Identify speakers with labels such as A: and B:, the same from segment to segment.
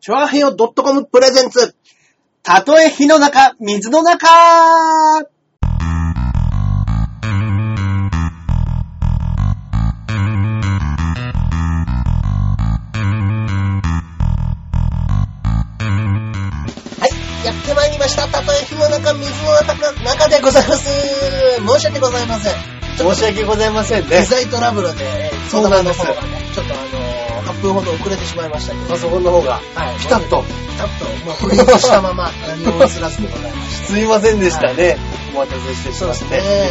A: チョアヘヨ .com プレゼンツ。たとえ火の中、水の中はい、やってまいりました。たとえ火の中、水の中中でございます。申し訳ございません。
B: 申し訳ございません
A: 機
B: ね。
A: 材トラブルで、
B: そうなんです
A: 相談の方がねちょっとあのー、8分ほど遅れてしまいましたけど
B: パ。ソコンの方が、
A: はい
B: ピタッと。
A: ピタッと、もうフリーズしたまま、何も映らずでございまし
B: すいませんでしたね。お待たせして
A: た。
B: しまって。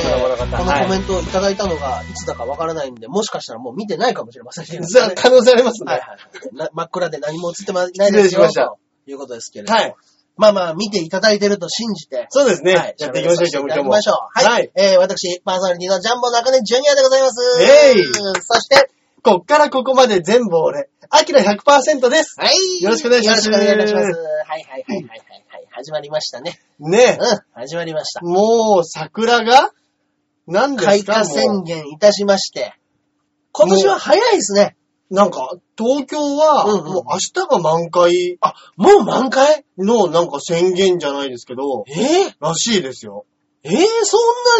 A: こ
B: こ
A: のコメ
B: ン
A: ントをいただいたのが、いつだかわからないんで、もしかしたらもう見てないかもしれません けどね。
B: じゃあ、可能性あります
A: はい
B: ね。
A: はいな真っ暗で何も映ってまいないです
B: 失
A: よ。
B: 礼しました
A: ということですけれども。
B: はい。
A: まあまあ、見ていただいてると信じて。
B: そうです
A: は
B: ね。やっていきましょう、今
A: やって
B: 日
A: いき
B: も。
A: ましょう。は
B: はいい。。
A: えー、私、パーソナリティのジャンボ中根ジュニアでございます。
B: えい
A: そして、
B: こっからここまで全部俺、アキラ100%です。
A: はい。
B: よろしくお願いします
A: よろしくお願いいたします。はいはいはいはいはいはい。始まりましたね。
B: ね
A: うん、始まりました
B: え。。もう桜が、何です
A: 開
B: か
A: 花
B: も
A: 宣言いたしまして。今年は早いですね。
B: うなんか、東京
A: うん
B: は、
A: うん
B: もう明日が満開
A: あ、もう満開
B: のなんか宣言じゃないですけど、
A: えー、
B: らしいですよ。
A: えー、そんな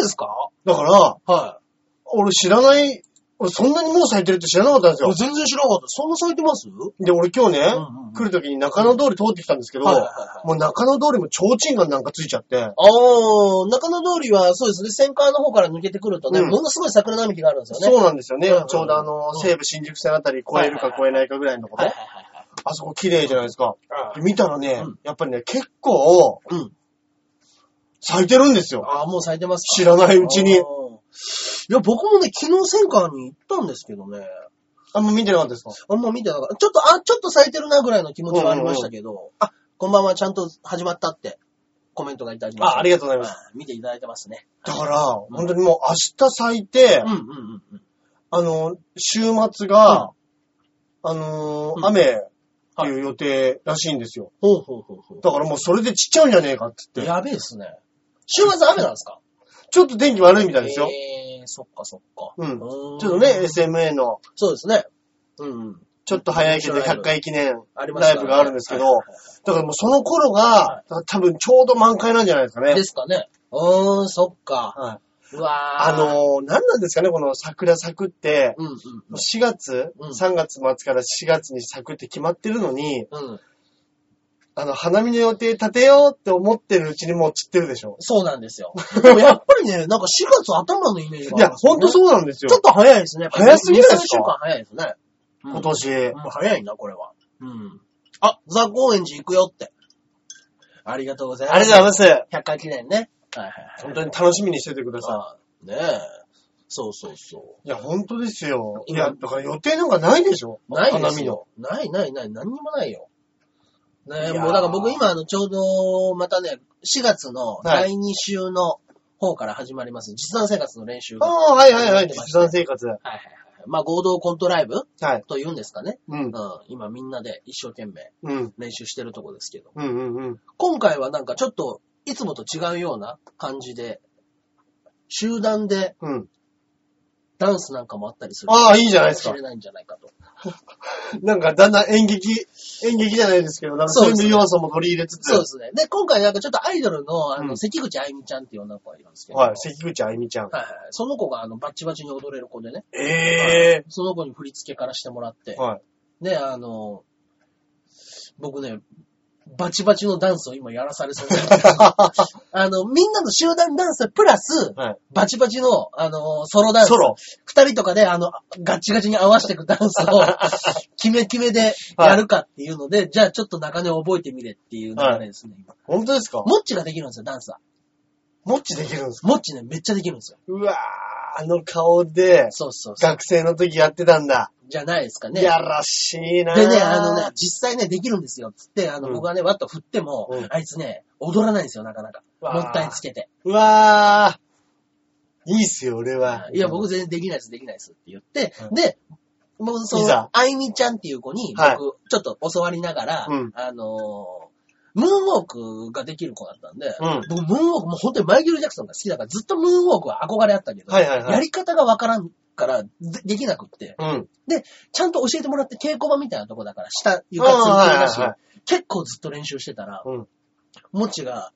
A: ですか
B: だから、
A: は
B: 俺知らない、俺そんなにもう咲いてるって知らなかったんですよ
A: い。。全然知らなかった。そんな咲いてます
B: で、俺今日ね、
A: うんうん
B: 来る時に中野通り通ってきたんですけど、
A: はいはいはい
B: もう中野通りも提灯がなんかついちゃって、
A: あー、中野通りはそうですね、センカーの方から抜けてくるとね、
B: うん
A: ものすごい桜並木があるんですよね。
B: そうなんですよね。
A: うんうん
B: ちょうどあの、西武新宿線あたり越えるか越えないかぐらいのところ、
A: はいはいはいはい。
B: あそこ綺麗じゃないですか。
A: あ
B: で見たらね、
A: うん
B: やっぱりね、結構、
A: うん
B: 咲いてるんですよ。
A: あー、もう咲いてますか
B: 知らないうちに
A: あーいや、僕もね、昨日センカーに行ったんですけどね。
B: あんま見てなかったですか
A: あんま見てなかった。ちょっと、あ、ちょっと咲いてるなぐらいの気持ちはありましたけど、あ、こんばんは、ちゃんと始まったってコメントがいただきました。
B: あありがとうございます
A: はい。見ていただいてますね。
B: だから、本当にもう明日咲いて、
A: うんうんうんうん。
B: あの、週末が、あのー
A: うん
B: 雨っていう予定らしいんですよ。
A: ほうほうほうほう。
B: だからもうそれでちっちゃうんじゃねえかって言って、
A: やべえっすね。週末雨なんですか
B: ちょっと天気悪いみたいですよ。
A: えー、そっかそっか。
B: うん
A: ちょ
B: ちょっとね、、SMA の、
A: そうですね。うんうん。
B: ちょっと早いけど
A: 面白い
B: 100回記念
A: ありま
B: ラ
A: す
B: イブがあるんですけど、
A: はいはい
B: だからもうその頃
A: は
B: が、多分ちょうど満開なんじゃないですか
A: はい
B: ね
A: で。すかね。うーん、そっか。
B: はいう
A: わ
B: あ
A: ー。
B: のー、何なんですかね、この桜咲くって、
A: うんうん
B: 4月、
A: うん
B: 3月末から4月に咲くって決まってるのに、
A: うん。うん。
B: あの、花見の予定立てようって思ってるうちにもう散ってるでしょ。
A: そうなんで すよ。でもやっぱりね、なんか4月頭のイメージが
B: い
A: あ
B: や、
A: るですよ
B: ほんとそうなんですよ
A: ちょ。っと早いですね。
B: 早すぎないですか
A: 2 3週間早いですね。
B: 今年。
A: うんうん早いな、これは。うん。あ、ザ・高円寺行くよって。ありがとうございます。
B: ありがとうございます。
A: 100回記念ね。はいはいはい。
B: 本当に楽しみにしててください。
A: さあ、ねえ。そうそうそう。
B: いや、本当ですよ。い
A: 今
B: や、だから予定なんかないでしょ
A: ないで
B: 花
A: す
B: 見の
A: よ。。ないないない、何にもないよ。ね
B: い
A: え、
B: やー
A: もうだから僕今、あの、ちょうど、またね、4月の第2週の方から始まります、実弾生活の練習が。はい
B: ああ、はいはいはい。実弾生活。
A: はいはい。まあ、合同コントライブ
B: はい。
A: というんですかね。
B: う。
A: うんん、今みんなで一生懸命
B: うん。
A: 練習してるとこですけど。
B: うんうんうん。
A: 今回はなんかちょっと、いつもと違うような感じで、集団で
B: うん。
A: ダンスなんかもあったりする。
B: ああ、いいじゃないです
A: かも
B: か
A: しれ。ないんじゃないかと。
B: なんか、だんだん演劇、演劇じゃないですけど、なんかそういう要素も取り入れつつ。
A: そうですね。で、今回なんかちょっとアイドルの、あ
B: う
A: の、
B: ん
A: 関口あゆみちゃんっていう女の子がいるんですけど。
B: はい。関口あゆみちゃん。
A: はいはい。その子が、あの、バッチバチに踊れる子でね。
B: ええ
A: その子に振り付けからしてもらって。
B: はい。
A: で、あの、僕ね、バチバチのダンスを今やらされそうなんですけ どあの、みんなの集団ダンスプラス、
B: はい
A: バチバチの、あの、ソロダンス。
B: ソロ。
A: 二人とかで、あの、ガッチガチに合わせていくダンス を、キメキメでやるかっていうので、じゃあちょっと中根を覚えてみれっていう流れですね、今
B: 本当ですか
A: モッチができるんですよ、ダンスは。
B: もっちできるんですか
A: モッチね、めっちゃできるんですよ。
B: うわー、あの顔で、
A: そうそうそう。
B: 学生の時やってたんだ。
A: じゃないですかね。
B: やらしいなー
A: でね、あのね、、実際ね、できるんですよ。つって、あの、
B: うん
A: 僕がね、ワッと振っても、
B: うん
A: あいつね、踊らないんですよ、なかなか。
B: わ
A: も
B: あ
A: ったいつけて。
B: うわー、いいっすよ、俺は。
A: いや、僕全然できないです、できないですって言って、
B: うん
A: で、もうそ
B: い
A: の
B: ざ、
A: あいみちゃんっていう子に、僕、
B: はい
A: ちょっと教わりながら、
B: うん
A: あのームーンウォークができる子だったんで、
B: うん
A: 僕、ムーンウォーク、もう本当にマイケル・ジャクソンが好きだから、ずっとムーンウォークは憧れあったけど、
B: はいはいはい
A: やり方がわからんから、でできなくって、
B: うん。
A: ちゃんと教えてもらって稽古場みたいなとこだから、下、床ついてるらし
B: あ
A: い
B: ーはいはいは
A: 結構ずっと練習してたら、
B: うん
A: もちが、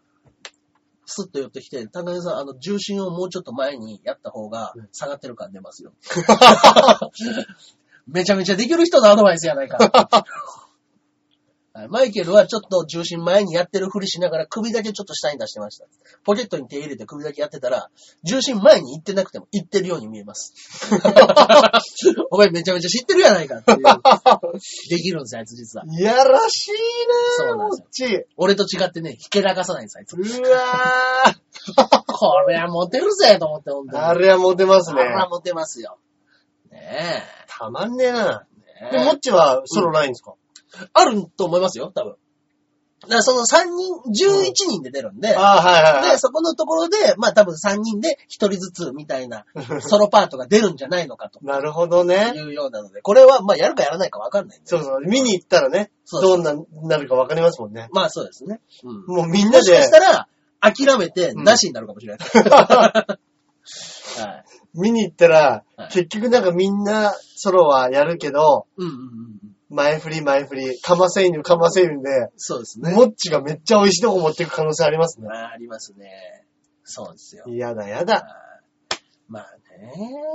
A: スッと寄ってきて、高根さん、あの、重心をもうちょっと前にやった方が
B: うん、
A: 下がってる感出ますよ。 めちゃめちゃできる人のアドバイスやないか。はいマイケルはちょっと重心前にやってるふりしながら首だけちょっと下に出してました。ポケットに手入れて首だけやってたら、重心前に行ってなくても行ってるように見えます。 お前めちゃめちゃ知ってるやないかっていう。できるんですよ、あいつ実は。
B: いやらしいね
A: そうなん
B: も
A: で
B: っ
A: すよ
B: ち。
A: 俺と違ってね、ひけらかさないんです、あいつ。
B: うわー。
A: これはモテるぜ、と思って、本当に。
B: あれはモテますね
A: あ。れはモテますよ。ね
B: たまんねえな。
A: え。
B: で、
A: ねえ
B: もっちはソロないんですか、
A: あると思いますよ、多分。だからその3人、11人で出るんで、
B: ああ、はいはいは
A: で、
B: い。
A: そこのところで、まあ多分3人で1人ずつみたい な、ソロパートが出るんじゃないのかと
B: なるほどね
A: い。うようなので、これはまあやるかやらないかわかんないんで。
B: そうそう。見に行ったらね、
A: そうそう
B: どんな、なるかわかりますもんね。
A: まあそうですね。うん。
B: もうみんな
A: もしか
B: で
A: し、たら、諦めて、なしになるかもし れない。はい。
B: 見に行ったら、
A: はい
B: 結局なんかみんなソロはやるけど、
A: うんうんうんうん。
B: 前振り前振り、かませ犬かませ犬で、
A: そうですね。
B: もっちがめっちゃ美味しいとこ持っていく可能性ありますね。
A: あーありますね。そうですよ。
B: やだや
A: あー
B: だ。
A: まあね。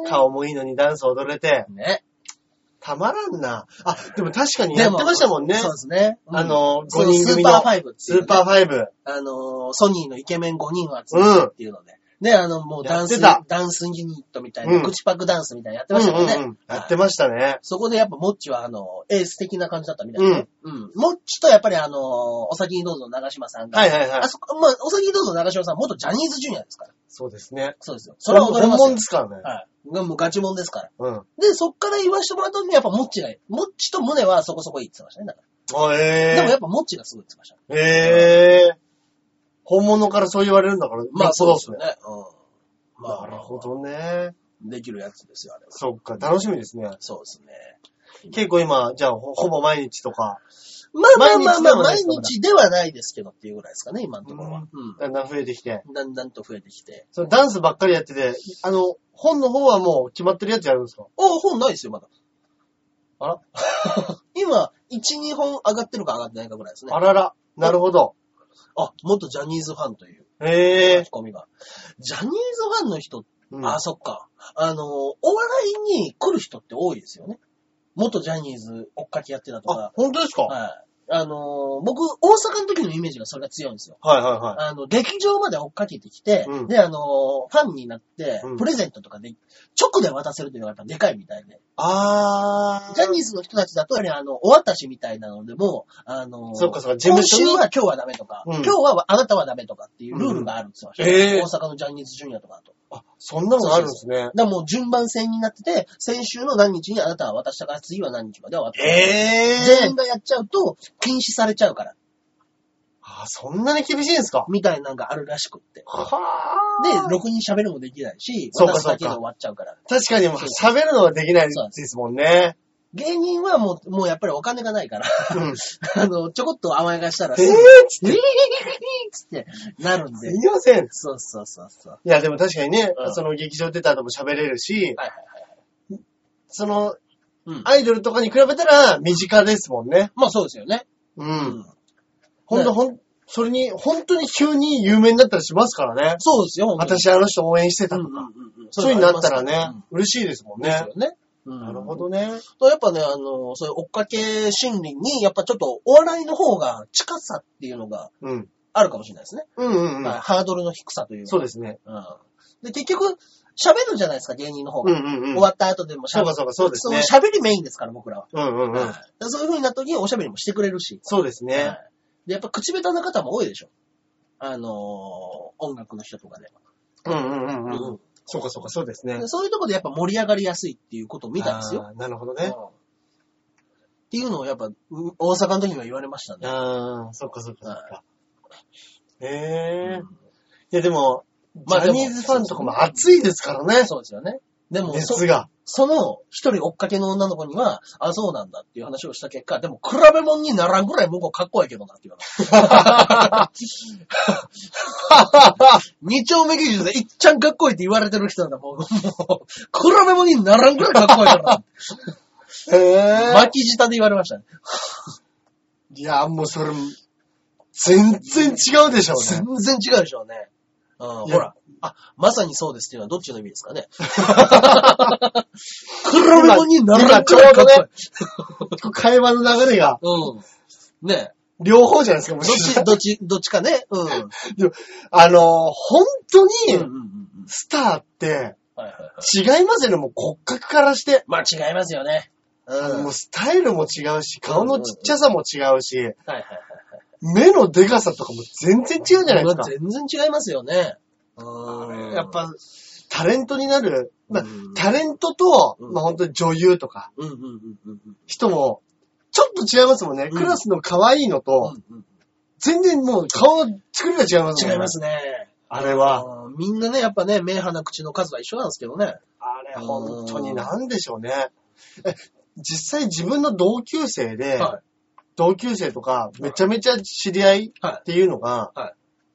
B: 顔もいいのにダンス踊れて、
A: ね。
B: たまらんな。あ、でも確かにやってましたもんね。
A: そうですね。
B: あの、
A: そ
B: 5
A: の
B: 人
A: スー
B: 組
A: パ
B: の
A: ーファイブって
B: ス
A: いう、ね。
B: ーパーファイブ。
A: あのー、ソニーのイケメン5人を集めてっていうので。ね、あの、もうダン
B: や
A: ス、
B: ってた
A: ダンスユニットみたいな、
B: うん
A: 口パクダンスみたいなやってましたもんね。
B: うんうんうんやってましたね。
A: そこでやっぱモッチはあの、エース的な感じだったみたいな、ね。うん。モッチとやっぱりあのー、お先にどうぞの長島さんが。
B: はいはいはい
A: あ。そこ、まあ、お先にどうぞの長島さん元ジャニーズジュニアですから。
B: そうですね。
A: そうですよ。
B: そ
A: それ
B: れ
A: は
B: は
A: 踊れ
B: 本
A: ます
B: 物
A: よ
B: で。すからね。
A: はい。がもうガチモンですから。
B: うん。
A: で、そっから言わしてもらった時にやっぱモッチがいい。モッチと胸はそこそこいいって言ってましたね。だか
B: あ、
A: ら。
B: え
A: でもや
B: え
A: っぱモッチがすごいって言ってました。
B: ええ本物からそう言われるんだから、
A: まあそうですよ
B: ね。
A: ね。うん。まあ、
B: なるほ。どね。
A: できるやつですよ、あれは。
B: そっか、楽しみですね。
A: そうですね。
B: 結構今、じゃあ、ほほぼ毎日とか、
A: まあまあまあまあ、毎
B: 毎
A: 日
B: 日ではないですか
A: ではないですけどっていうぐらいですかね、今のところは。う
B: だんだん増えてきて。
A: ん。だんだんと増えてきて。
B: そのダンスばっかりやってて、あの、本の方はもう決まってるやつやるんですか
A: あ、本ないですよ、まだ。
B: あら
A: 今、1、2本上がってるか上がってないかぐらいですね。
B: あらら、なるほど。
A: あ、元ジャニーズファンという
B: え
A: 書
B: え
A: き込みが。ジャニーズファンの人
B: うん
A: あ、そっか。あの、お笑いに来る人って多いですよね。元ジャニーズ追っかけやってたと
B: あ
A: か。、
B: 本当ですかはい
A: はい。あの、僕、大阪の時のイメージがそれが強いんですよ。
B: はいは
A: あの、劇場まで追っかけてきて、
B: うん
A: で、あの、ファンになって
B: う、ん
A: プレゼントとかで、直で渡せるというのがやっぱでかいみたいで。
B: い。あー。
A: ジャニーズの人たちだと、やはりあの、お渡しみたいなのでも、あの、
B: そっかそっか、事務
A: 今
B: 所
A: 週
B: に
A: は今日はダメとか、
B: うん
A: 今日はあなたはダメとかっていうルールがあるって言ってました、
B: うんえー
A: 大阪のジャニーズジュニアとかだと。
B: あ、そんなのがあるんですね。
A: だからもう順番制になってて、先週の何日にあなたは渡したから次は何日までは渡す。全員
B: ええ
A: がやっちゃうと禁止されちゃうから、
B: あ、そんなに厳しいんですか
A: みたいなのがあるらしくって。
B: は
A: で、
B: で、
A: ろくに喋るもできないし、
B: そうか
A: 渡すだけで
B: そうか
A: 終わっちゃうから。
B: 確かにもう喋るのはできない
A: そう
B: ですもんね。
A: 芸人はもう、もうやっぱりお金がないから、
B: うん
A: あの、ちょこっと甘やかしたら、
B: え
A: す
B: え
A: ぐ、
B: つ
A: え
B: っ
A: ー
B: て、
A: つってなるん
B: す
A: で。
B: いません。い
A: そうそうそうそう。
B: や、でも確かにね、
A: うん
B: その劇場出た後も喋れるし、
A: はいはいはい。
B: その、
A: うん
B: アイドルとかに比べたら身近ですもんね。
A: まあそうですよね。
B: う。。
A: うん
B: ほんと、ほん、それに、本当に急に有名になったりしますからね。
A: そうですよ、本当に、
B: 私あの人応援してた
A: うん
B: と
A: うん
B: か。
A: うんうん。
B: そういうのになったら
A: そういうのあ
B: ね
A: ります、
B: 嬉しいですもん
A: から
B: ね
A: うん。。ですよね。うん
B: なるほどね。
A: と、やっぱね、あの、そういう追っかけ心理に、やっぱちょっとお笑いの方が近さっていうのが
B: うん。
A: あるかもしれないですね。
B: うんうんう
A: まあ
B: ん。
A: ハードルの低さというか。
B: そうですね。
A: うん。で、結局、喋るじゃないですか、芸人の方
B: う
A: が。
B: んうんうん
A: 終。わった後でも
B: そうか
A: 喋
B: そうか、そうです
A: その
B: ね。
A: 喋りメインですから、僕らは。
B: うんうんう
A: はい
B: ん
A: だ。からそういう風になった時におしゃべりもしてくれるし。
B: そうです
A: は
B: ね。
A: いで、やっぱ口下手な方も多いでしょ。あのー音楽の人とかで。
B: うんうんうん
A: う
B: うんうん。そうかそうか、そうですね
A: で。そういうところでやっぱ盛り上がりやすいっていうことを見たんですよ。
B: あー。なるほど
A: うん
B: ね。
A: っていうのをやっぱ、う大阪の時には言われましたね。
B: ああ、そっかそっかそっか。
A: う
B: ええ。
A: ん
B: いやでも、ジ
A: まあ
B: ャニーズファンとかも熱いですからね。
A: そうですよね。でも、そ
B: 熱が。
A: その一人追っかけの女の子には、あ、そうなんだっていう話をした結果、でも比べ物にならんぐらい向こうかっこいいけどなって言われた。二丁目劇場でいっちゃんかっこいいって言われてる人なんだ、もう。もう比べ物にならんぐらいかっこいいからな。
B: へえ。
A: 巻き舌で言われましたね。
B: いや、もうそれ、全然違うでしょうね。
A: 全然違うでしょうね。うん、
B: い
A: ほ
B: や
A: ら。あ、まさにそうですっていうのはどっちの意味ですかね。 比べ
B: 今
A: 物にならん
B: 今ち
A: く
B: ょ
A: らいうか
B: ど
A: っこいい
B: ね、会話の流れが
A: うん。ね
B: 両方じゃないですか、も
A: ど
B: う
A: っち、どっち、どっちかね。うん。うん
B: あのー、本当
A: うんう
B: に、
A: んうん。
B: スターって
A: はいはいはい。
B: 違いますよね、もう骨格からして。
A: まあ違いますよね。うん。はい
B: もうスタイルも違うし、顔のちっちゃさも違うし、
A: はい
B: 目のでかさとかも全然違うじゃ
A: は。
B: ないい
A: ま
B: で
A: あ
B: すか。
A: 全然違いますよね。うん。
B: やっ、ぱ、タレントになる、まあ
A: うん
B: タレントと、
A: うん
B: まあ本当に女優とか、
A: うんうんうんうんうん。
B: 人も、ちょっと違いますもんね。
A: うん
B: クラスの可愛いのと、
A: うん
B: 全然もう顔の作りが違いますもんね。
A: 違いま。すね。
B: あれは。
A: うんみんなね、やっぱね、目鼻口の数は一緒なんですけどね。
B: あれ本当に何でしょうね。え実際自分の同級生で、
A: は
B: 同級生とか、めちゃめちゃ知り合い
A: い。はい
B: っ。ていうのが、
A: はい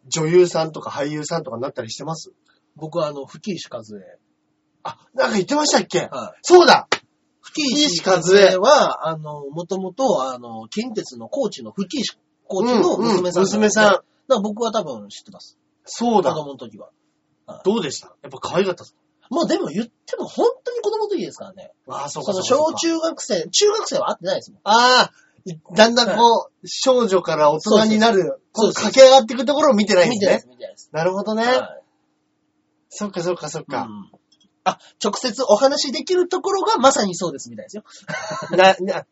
B: 女優さんとか俳優さんとかになったりしてます
A: 僕はあの、吹石和恵。
B: あ、なんか言ってましたっけ
A: はい。
B: そうだ
A: 吹
B: 石和恵
A: は、あの、もともと、あの、近鉄のコーチの吹石コーチの娘さん、
B: うんうん娘さん。
A: だから僕は多分知ってます。
B: そう
A: 子
B: だ。
A: 供の時は。
B: どうでしたやっぱ可愛かったっす
A: まあでも言っても本当に子供の時ですからね。
B: ああ、そ
A: そう
B: か。
A: の
B: そうか
A: 小中学生、中学生は会ってないですもん。
B: ああ、いだんだんこう、少女から大人になる、
A: そ
B: こ
A: う
B: う
A: そう
B: 駆け上がっていくところを見てないんで
A: 見
B: す
A: てないで
B: ね
A: す、。見てないです。
B: なるほどね。
A: はい
B: そっかそっかそっ
A: う
B: か。
A: んあ、直接お話しできるところがまさにそうですみたいですよ。
B: な、な、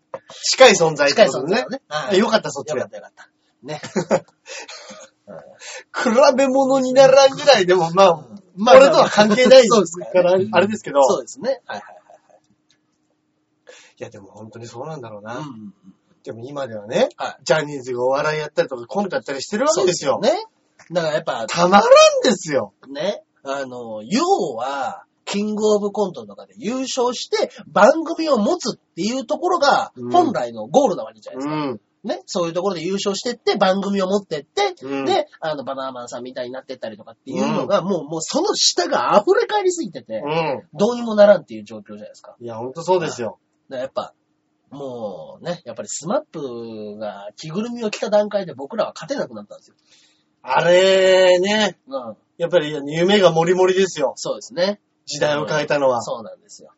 B: 近い存在って
A: 近い
B: こと
A: 存
B: ね
A: 在を。ね。は
B: あ
A: い
B: よかった、そっち
A: よか
B: が。
A: ったよかった。ね。
B: 比べ物にならんぐらいでも、まあ、
A: まあ
B: 俺とは関係 ない
A: そうですね
B: から、あれですけど。
A: そうですね。はいはい
B: や、でも本当にそうなんだろう
A: い
B: な。
A: はい。うん
B: でも今ではね、
A: は
B: ジャニーズがお笑いやったりとかコントやったりしてるわけですよ。
A: ね。だからやっぱ、
B: たまらんですよ。
A: ね、あの、要は、キングオブコントとかで優勝して番組を持つっていうところが
B: うん
A: 本来のゴールなわけじゃないですか。
B: ん。
A: ね。そういうところで優勝してって番組を持ってって、
B: うん
A: で、あの、バナナマンさんみたいになってったりとかっていうのが、もう、もうその下が溢れ返りすぎてて、
B: う
A: どうにもならんっていう状況じゃないですか。
B: ん。いや、本当そうですよ。
A: だからやっぱ、もうね、やっぱりスマップが着ぐるみを着た段階で僕らは勝てなくなったんですよ。
B: あれね、
A: うん。
B: やっぱり夢がもりもりですよ。
A: そうですね。
B: 時代を変えたのは。
A: そうなんですよ。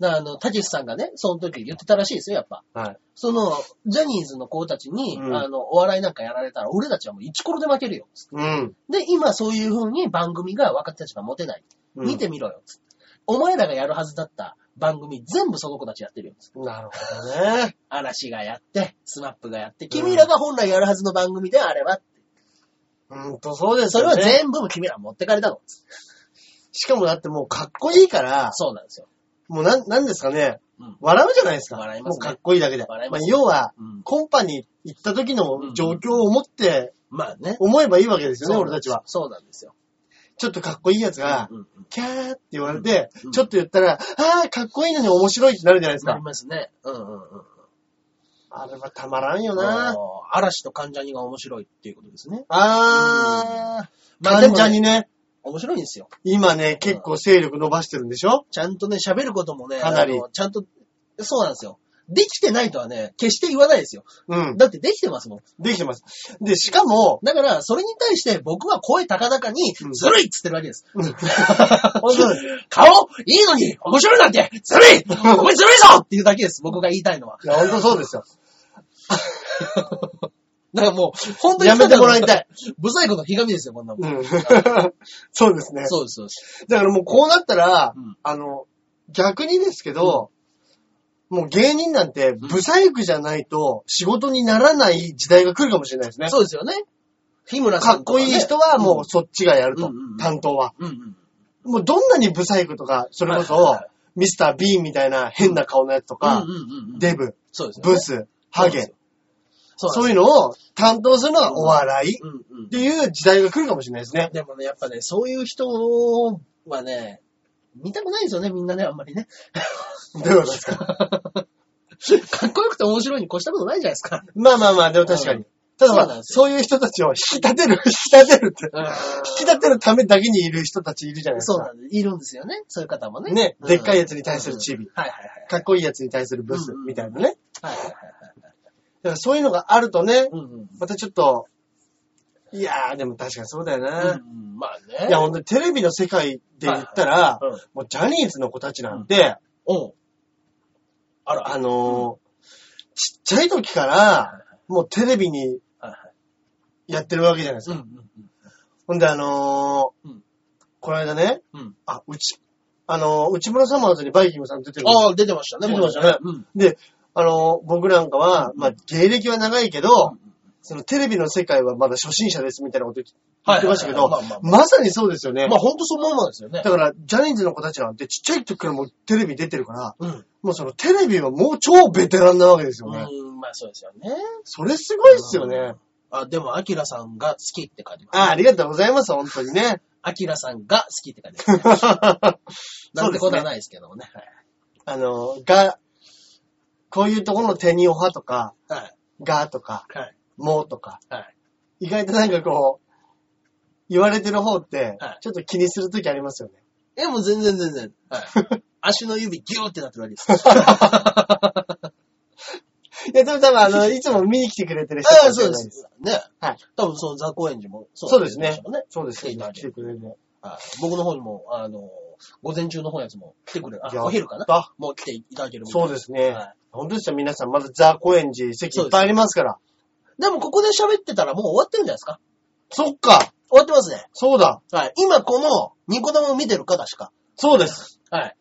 A: だからあの、たけしさんがね、その時言ってたらしいですよ、やっぱ。
B: はい。
A: その、ジャニーズの子たちに、
B: うん
A: あの、お笑いなんかやられたら、俺たちはもう一コロで負けるよ。
B: うん。
A: で、今そういう風に番組が若手たちが持てない。
B: うん
A: 見てみろよ。つってお前らがやるはずだった番組全部その子たちやってるよ。つって
B: なるほどね。
A: 嵐がやって、スマップがやって、君らが本来やるはずの番組であれば、
B: うんと、そうです
A: それ
B: よ
A: は
B: ね。
A: 全部君ら持ってかれたの。つって
B: しかもだってもうかっこいいから、
A: そうなんですよ。
B: もうなん、なんですかね
A: うん。
B: 笑うじゃないですか。
A: 笑いま
B: も
A: す
B: う
A: ね
B: かっこいいだけで。
A: 笑います
B: あ要は、
A: うん
B: コンパに行った時の状況を思って、
A: まあね。
B: 思えばいいわけですよね、俺たちは。
A: そうなんですよ。
B: ちょっとかっこいいやつが、
A: うんうんうん
B: キャーって言われて、
A: うん
B: ちょっと言ったら、あー、かっこいいのに面白いってなるじゃないです
A: な
B: か
A: り。ますね。うんうんうん。
B: あれはたまらんよ
A: あ
B: な。
A: の嵐と関ジャニが面白いっていうことですね。
B: あー、
A: まあでも
B: 患者
A: ね、
B: にね、
A: 面白いんですよ。
B: 今ね、結構勢力伸ばしてるんでしょ
A: ちゃんとね、喋ることもね、
B: かなり
A: あのちゃんと、そうなんですよ。できてないとはね、決して言わないですよ。
B: うん。
A: だってできてますもん。
B: できてます。で、しかも、
A: だから、それに対して僕は声高々に、
B: うん
A: ずるいっつってるわけ です。
B: 本当です
A: 顔いいのに面白いなんてずるいお前ずるいぞっていうだけです。僕が言いたいのは。
B: いや、本当そうですよ。
A: だからもう、本当に
B: やめてもらいたい。
A: ブサイクのひがみですよ、こんなもん。
B: うん。そうですね。
A: そうです、そうです。
B: だからもうこうなったら、
A: うん
B: あの、逆にですけど、もう芸人なんて、ブサイクじゃないと仕事にならない時代が来るかもしれないですね。
A: そうですよね。日村さ
B: か
A: ん
B: っ
A: とか
B: こ
A: ね、
B: いい人はもうそっちがやると、
A: うんうんうん
B: 担当は。
A: うん、うんうん。
B: もうどんなにブサイクとか、それこ
A: はいはい
B: そ
A: はい、
B: ミスター・ビーンみたいな変な顔のやつとか、
A: うんうんうん、
B: デブ、
A: そうですよね、
B: ブス、ハゲ、
A: そう
B: そう
A: なんです
B: い
A: よ
B: うのを担当するのはお笑いっ
A: うんうん
B: ていう時代が来るかもしれないですね。
A: でもね、やっぱね、そういう人はね、見たくないですよね、みんなね、あんまりね。
B: どういうこと ですか
A: かっこよくて面白いに越したことないじゃないですか。
B: まあまあまあ、でも確か
A: う
B: に。ただま
A: そうなん
B: あ、
A: です
B: そういう人たちを引き立てる、引き立てるって、引き立てるためだけにいる人たちいるじゃないです
A: そう
B: か。
A: なんです。いるんですよね、そういう方もね。
B: ね
A: う
B: でっかいやつに対するチビ
A: うんはいはいはい。
B: かっこいいやつに対するブス
A: うんうん
B: みたいなね。
A: はいはいはい
B: からそういうのがあるとね、
A: うんうん。
B: またちょっと、いやー、でも確かにそうだよ
A: う
B: な。
A: ん、まあね。
B: いや、ほんとにテレビの世界で言ったら、
A: うん、
B: もうジャニーズの子たちなんて、
A: おうあら、
B: あのーちっちゃい時から、もうテレビに
A: はいは
B: やってるわけじゃないです
A: い。うん
B: か。
A: うんうん。
B: ほんで、あのー
A: うん
B: この間ね、
A: うん
B: あ、うち、あのー内村サマーズにバイキングさん出てるんですよ
A: ああ、出てましたね。
B: 出てましたね
A: うん。
B: で、あのー僕なんかは、まあ、芸歴は長いけど、そのテレビの世界はまだ初心者ですみたいなこと言
A: は
B: っ
A: い
B: てましたけど
A: まあまあ、ま
B: まさにそうですよね。
A: あ。まあ本当そのままですよね。
B: だから、ジャニーズの子たちなんてちっちゃい時からもうテレビ出てるから、
A: うん。
B: もうそのテレビはもう超ベテランなわけですよね。
A: うん、まあそうですよね。
B: それすごいっすよね。
A: あ、でも、アキラさんが好きって書いてます。
B: あありがとうございます、本当にね。
A: アキラさんが好きって書い てます。なんてことはないですけどもね。
B: あの、が、こういうところの手におはとか、
A: はい。はい。
B: がとか、
A: はい。
B: もうとか、
A: はい。
B: 意外となんかこう、言われてる方って
A: はい、
B: ちょっと気にするときありますよね。
A: え、もう全然全然。はい。足の指ギューってなってるわ けです。あ
B: いや、でも多分あ の、いつも見に来てくれてる人
A: あ、
B: たちじ
A: そ
B: ゃ
A: うで
B: ない
A: す。ね。
B: はい。
A: 多分そのザコエンジもそ
B: そうですね
A: そうで。
B: そうです
A: 来ていただ
B: ね。
A: いて
B: 来てくれるね。
A: はい僕の方にも、あの、午前中の方のやつも来てくれる。
B: いや
A: あ、お昼かな
B: あ
A: もう来ていただける。
B: そうですすね
A: はい。
B: 本当ですよ、皆さん。まずザ・高円寺、席いっぱいありますから。
A: でも、ここで喋ってたらもう終わってるんじゃないですか
B: そっか
A: 終わってますね。
B: そうだ
A: はい。今、この、ニコ玉を見てる方しか。
B: そうです
A: はい。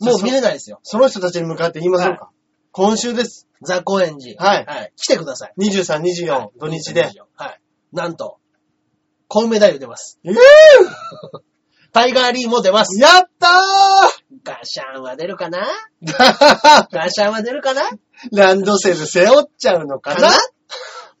A: もう見れないですよ。
B: その人たちに向かって言いましょうか。今週です。
A: ザ・高円寺。
B: はい
A: はい。来てください。
B: 23、24、土日で。。
A: はい。なんと、コウメ太夫出ます。
B: えぇ
A: タイガーリーも出ます。
B: やった
A: ガシャンは出るかな
B: ー
A: ガシャンは出るかな
B: ランドセル背負っちゃうのか
A: か
B: な
A: な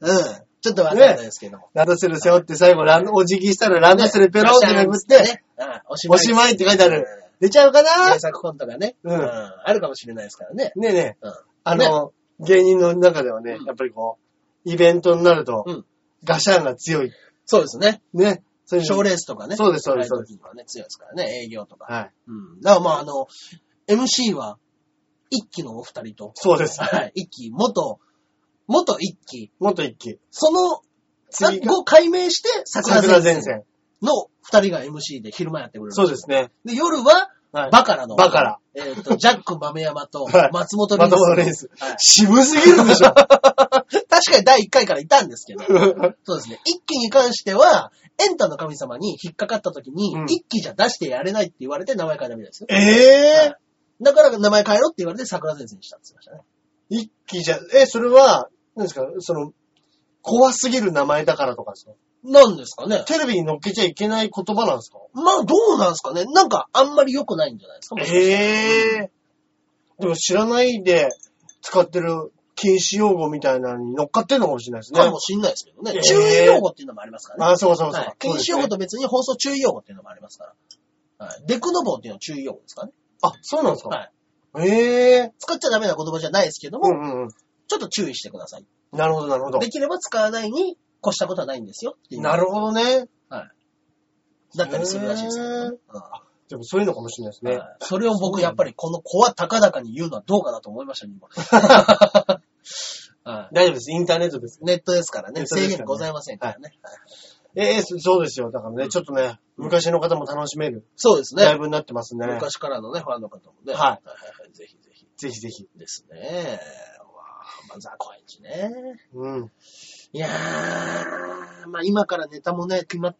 A: うん。ちょっとわかんないですけども。
B: ランドセル背負って最後、ランお辞儀したらランドセルペロンってめくっ
A: ガシャン
B: て、
A: ねうんおしま
B: お
A: い。
B: しまいって書いてある
A: うん。
B: 出ちゃうかな
A: 制作コントがね、
B: うん
A: あるかもしれないですからね。
B: ねえねえ、
A: うん。
B: あの、芸人の中ではね
A: うん、
B: やっぱりこう、イベントになると、
A: うん
B: ガシャンが強い。
A: そうですね。
B: ね。それに
A: 賞レースとかね。
B: そうですそうです
A: ああいう時はね、強いですからね、営業とか。
B: はい。
A: うん。だからまあ、あの、MC は、一期のお二人と、
B: そうです。
A: はい。一期、元、元一期、
B: もっと一気。
A: その、
B: 次が
A: を解明して、桜
B: 桜
A: 前
B: 前
A: 線
B: 線。
A: の二人が MC で昼間やってくれる。
B: そうですね。
A: で、夜は、
B: はい
A: バカラの。
B: バカラ。
A: えっ と、ジャック豆山と
B: はい、
A: 松本
B: ま
A: リン
B: と
A: ス。
B: もレース
A: はい。
B: 渋すぎるでし ょ。
A: 確かに第1回からいたんです けど。そうですね。一期に関しては、エンタの神様に引っかかった時に
B: うん、
A: 一期じゃ出してやれないって言われて名前変えたみたいですよ。
B: ええ
A: はいだから名前変えろって言われて桜前線にしたって言ってましたね。
B: 一気じゃ、え、それは、何ですか、その、怖すぎる名前だからとかですか
A: なんですかね。
B: テレビに乗っけちゃいけない言葉なんですか
A: まあ、どうなんですかね。なんか、あんまり良くないんじゃないですか。もしかして
B: ええでも知らないで使ってる禁止用語みたいなのに乗っかってんのかもしれないですね。
A: かもしんないですけどね。
B: えー
A: 注意用語っていうのもありますから
B: あ
A: ね。
B: あ、そうかそうかそう
A: は
B: か
A: い。禁止用語と別に放送注意用語っていうのもありますから。はい。デクノボーっていうのは注意用語ですからね。
B: あ、そうなんですか、
A: はい。
B: ええ
A: 使っちゃダメな言葉じゃないですけど
B: う
A: も、
B: んうんう
A: ちょっと注意してください。
B: ん。なるほど、なるほど
A: で。きれば使わないに越したことはないんですよっていう。
B: なるほどね。
A: だったりするらしいですけどね。うん
B: でもそういうのかもしれないですね。
A: はいそれを僕やっぱりこの子は高々に言うのはどうかなと思いましたね、 今は
B: 大丈夫です。インターネットです。
A: いネットですから
B: ネ
A: ね。
B: ットですからね
A: 制限ございませんからね。はい
B: ええそそうですよ。だからね、ちょっとね、昔の方も楽しめる
A: そうです
B: ライ
A: ね。
B: ブになってますんでね。
A: 昔からのね、ファンの方もね。。
B: はい
A: はいぜひぜひ。
B: ぜひぜひ。
A: ですね。わあ、まずは高円寺ね。
B: うん。
A: いやー、まあ今からネタもね、決まっ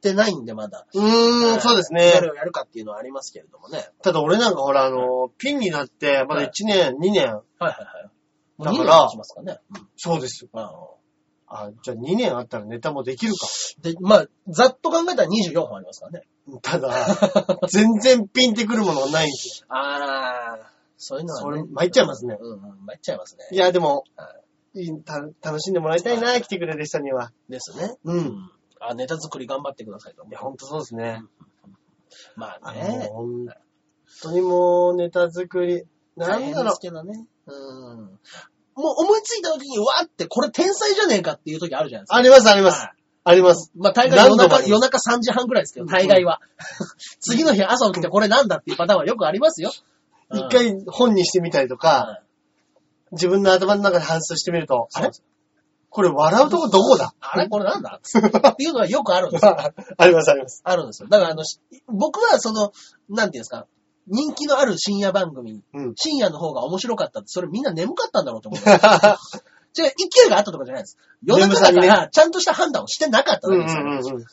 A: てないんでまだ。
B: うーん、そうですね。
A: 誰をやるかっていうのはありますけれどもね。
B: ただ俺なんかほら、あの、ピンになって、まだ1年、2年。
A: はいはい
B: だ
A: はい。
B: から
A: もう二年経ちますかね。うん
B: そうですよ。
A: まあ
B: あ、じゃあ2年あったらネタもできるか。
A: で、まあ、ざっと考えたら24本ありますからね。
B: ただ、 全然ピンってくるものがないんですよ。
A: あー、そういうのはね。
B: それ参っちゃいますね
A: うん、うん、参っちゃいますね。
B: いや、でも
A: は、
B: いいた楽しんでもらいたいな、来てくれる人には。
A: ですね。
B: うん
A: あ、ネタ作り頑張ってくださいと思
B: いうや、ほんとそうですね。
A: まあ
B: あの、
A: ね。
B: ほんとにもう、ネタ作り、な
A: 大変
B: ん
A: で
B: だろう
A: す。けどね。うん。もう思いついた時に、わーって、これ天才じゃねえかっていう時あるじゃないですか。
B: あります、あります。あります。
A: まあ、大概夜
B: 何度もあ
A: 中、
B: ります
A: 夜中3時半ぐらいですけど、大概は。 次の日朝起きてこれなんだっていうパターンはよくありますよ。
B: 一回本にしてみたりとか、
A: は
B: 自分の頭の中で反芻してみると、あ
A: そう
B: れ
A: です
B: これ笑うとこどこだ
A: あれこれなんだっていうのはよくあるんですよ。
B: ありますあります。
A: あるんですよ。だから、あの、し僕はその、なんていうんですか、人気のある深夜番組、
B: うん
A: 深夜の方が面白かったって、それみんな眠かったんだろう と思う。違う、勢いがあったとかじゃないです。夜中だか
B: 眠さに
A: ら、ちゃんとした判断をしてなかった
B: うんんう
A: ですよ。
B: んうんうん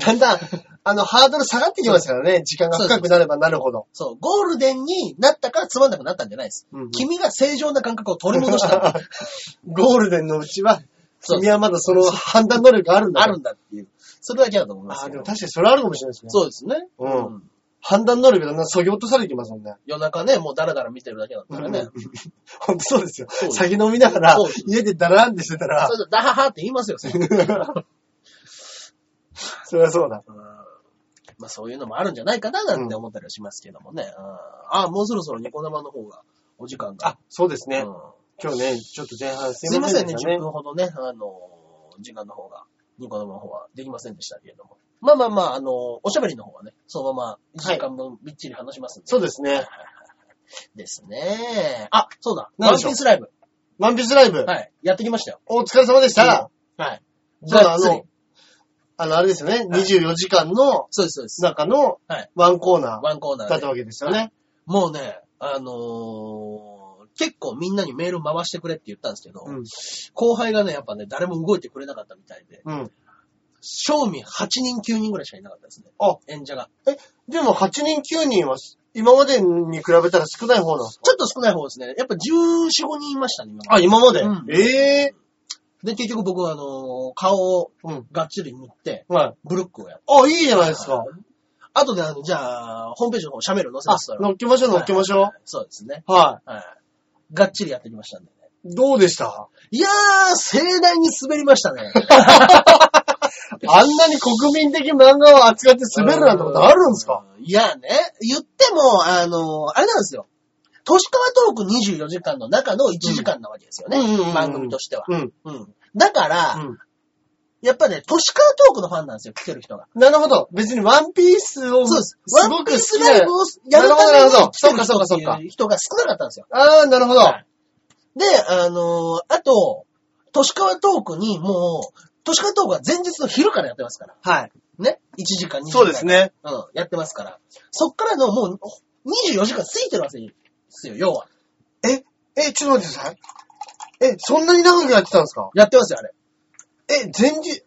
B: だんだん、あの、ハードル下がってきますからね。時間が深くなればなるほど。
A: そう、ゴールデンになったからつまんなくなったんじゃないです。
B: うんうん
A: 君が正常な感覚を取り 戻したんだ
B: ゴールデンのうちは、
A: そう
B: 君はまだその判断能力があるんだ。
A: あるんだっていう。それだけだと思います
B: あー
A: け
B: で
A: ど
B: も。確かにそれあるかもしれないですね。
A: そうですね。
B: うん
A: ん
B: 判断能力だんだん削ぎ落とされてきますもん ね。
A: 夜中ね、もうダラダラ見てるだけだったらね。
B: ほんとそうですよ
A: そう。です
B: 酒飲みながら
A: そうです、
B: 家でダラーンってしてたら
A: そ、れでダハハって言いま すよ、それ
B: そりゃそうだ。
A: うんまあそういうのもあるんじゃないかななんて思ったりはしますけどもね。うんああ、もうそろそろニコ生の方が、お時間が
B: あ。、そうですね
A: う。ん
B: 今日ね、ちょっと前半す
A: すい
B: い
A: ま
B: ま
A: せ
B: せ
A: ん
B: ん
A: ね、
B: でした
A: 10
B: ね。
A: 分ほどね、あの、時間の方が、ニコ生の方はできませんでしたけれども。まあまあまあ、あの、おしゃべりの方はね、そのまま1時間分びっちり話しますんで。
B: そうですね。
A: ですね。あ、そうだ。
B: 何
A: ワン
B: でし
A: ピ
B: ょう
A: ースライブ。
B: ワンピースライブ、
A: はい。やってきましたよ。
B: お疲れ様でした。
A: はい。
B: そうだ、あ
A: がっつり
B: の、あの、あれですよね。24時間の
A: そうです、そうです。
B: 中の
A: はい
B: ワンコーナ
A: ワンコーナ
B: ー
A: ー
B: だ
A: で
B: っ。たわけですよね。
A: もうね、あのー結構みんなにメール回してくれって言ったんですけど、
B: うん
A: 後輩がね、やっぱね、誰も動いてくれなかったみたいで、
B: うん。
A: 正味8人9人ぐらいしかいなかったですね。
B: あ
A: 演者が。
B: でも8人9人は今までに比べたら少ない方なんですか
A: ちょっと少ない方ですね。やっぱ14、5人いましたね、今ま
B: あ、今まで、
A: うん
B: ええ
A: で。で、結局僕はあのー顔を
B: うん。
A: がっちり塗って、
B: はい。
A: ブロックをやっ
B: あ、いいじゃない
A: た。
B: ですか。
A: あとで、あの、じゃあ、ホームページの方、シャメル載せ
B: あ
A: ますか、ら。
B: 乗っけましょう、乗っけましょ
A: はいそうですね。
B: う。は
A: はい。がっちりやってきましたんでね。
B: い。どうでした
A: いやー、盛大に滑りましたね。
B: あんなに国民的漫画を扱って 滑るなんてことあるんですか
A: いやね、言っても、あの、あれなんですよ。都市川トーク24時間の中の1時間なわけですよね。
B: うんうんうんうん
A: 番組としては。
B: うん。
A: うん。だから、
B: うん
A: やっぱね、都市川トークのファンなんですよ、来てる人が。
B: なるほど。別にワンピースを、
A: そうです。
B: す
A: ワ
B: ご
A: ン
B: く
A: ピー
B: 好
A: ス
B: き
A: ライ
B: な
A: ブ。をやる
B: なる
A: ため
B: ほどなるほ
A: に
B: ど
A: 来てる
B: そうか
A: 人って
B: そうかそうか
A: いう人が少なかったんですよ。
B: ああ、なるほど。
A: はいで、あの、あと、都市川トークにもう、都市川トークは前日の昼からやってますから。
B: はい。
A: ね。1時間、2時間。
B: そうですね。
A: うん、やってますから。そっからのもう24時間過ぎてるわけですよ、要は。
B: え、え、ちょっと待ってください。え、そんなに長くやってたんですか
A: やってますよ、あれ。
B: え、前日、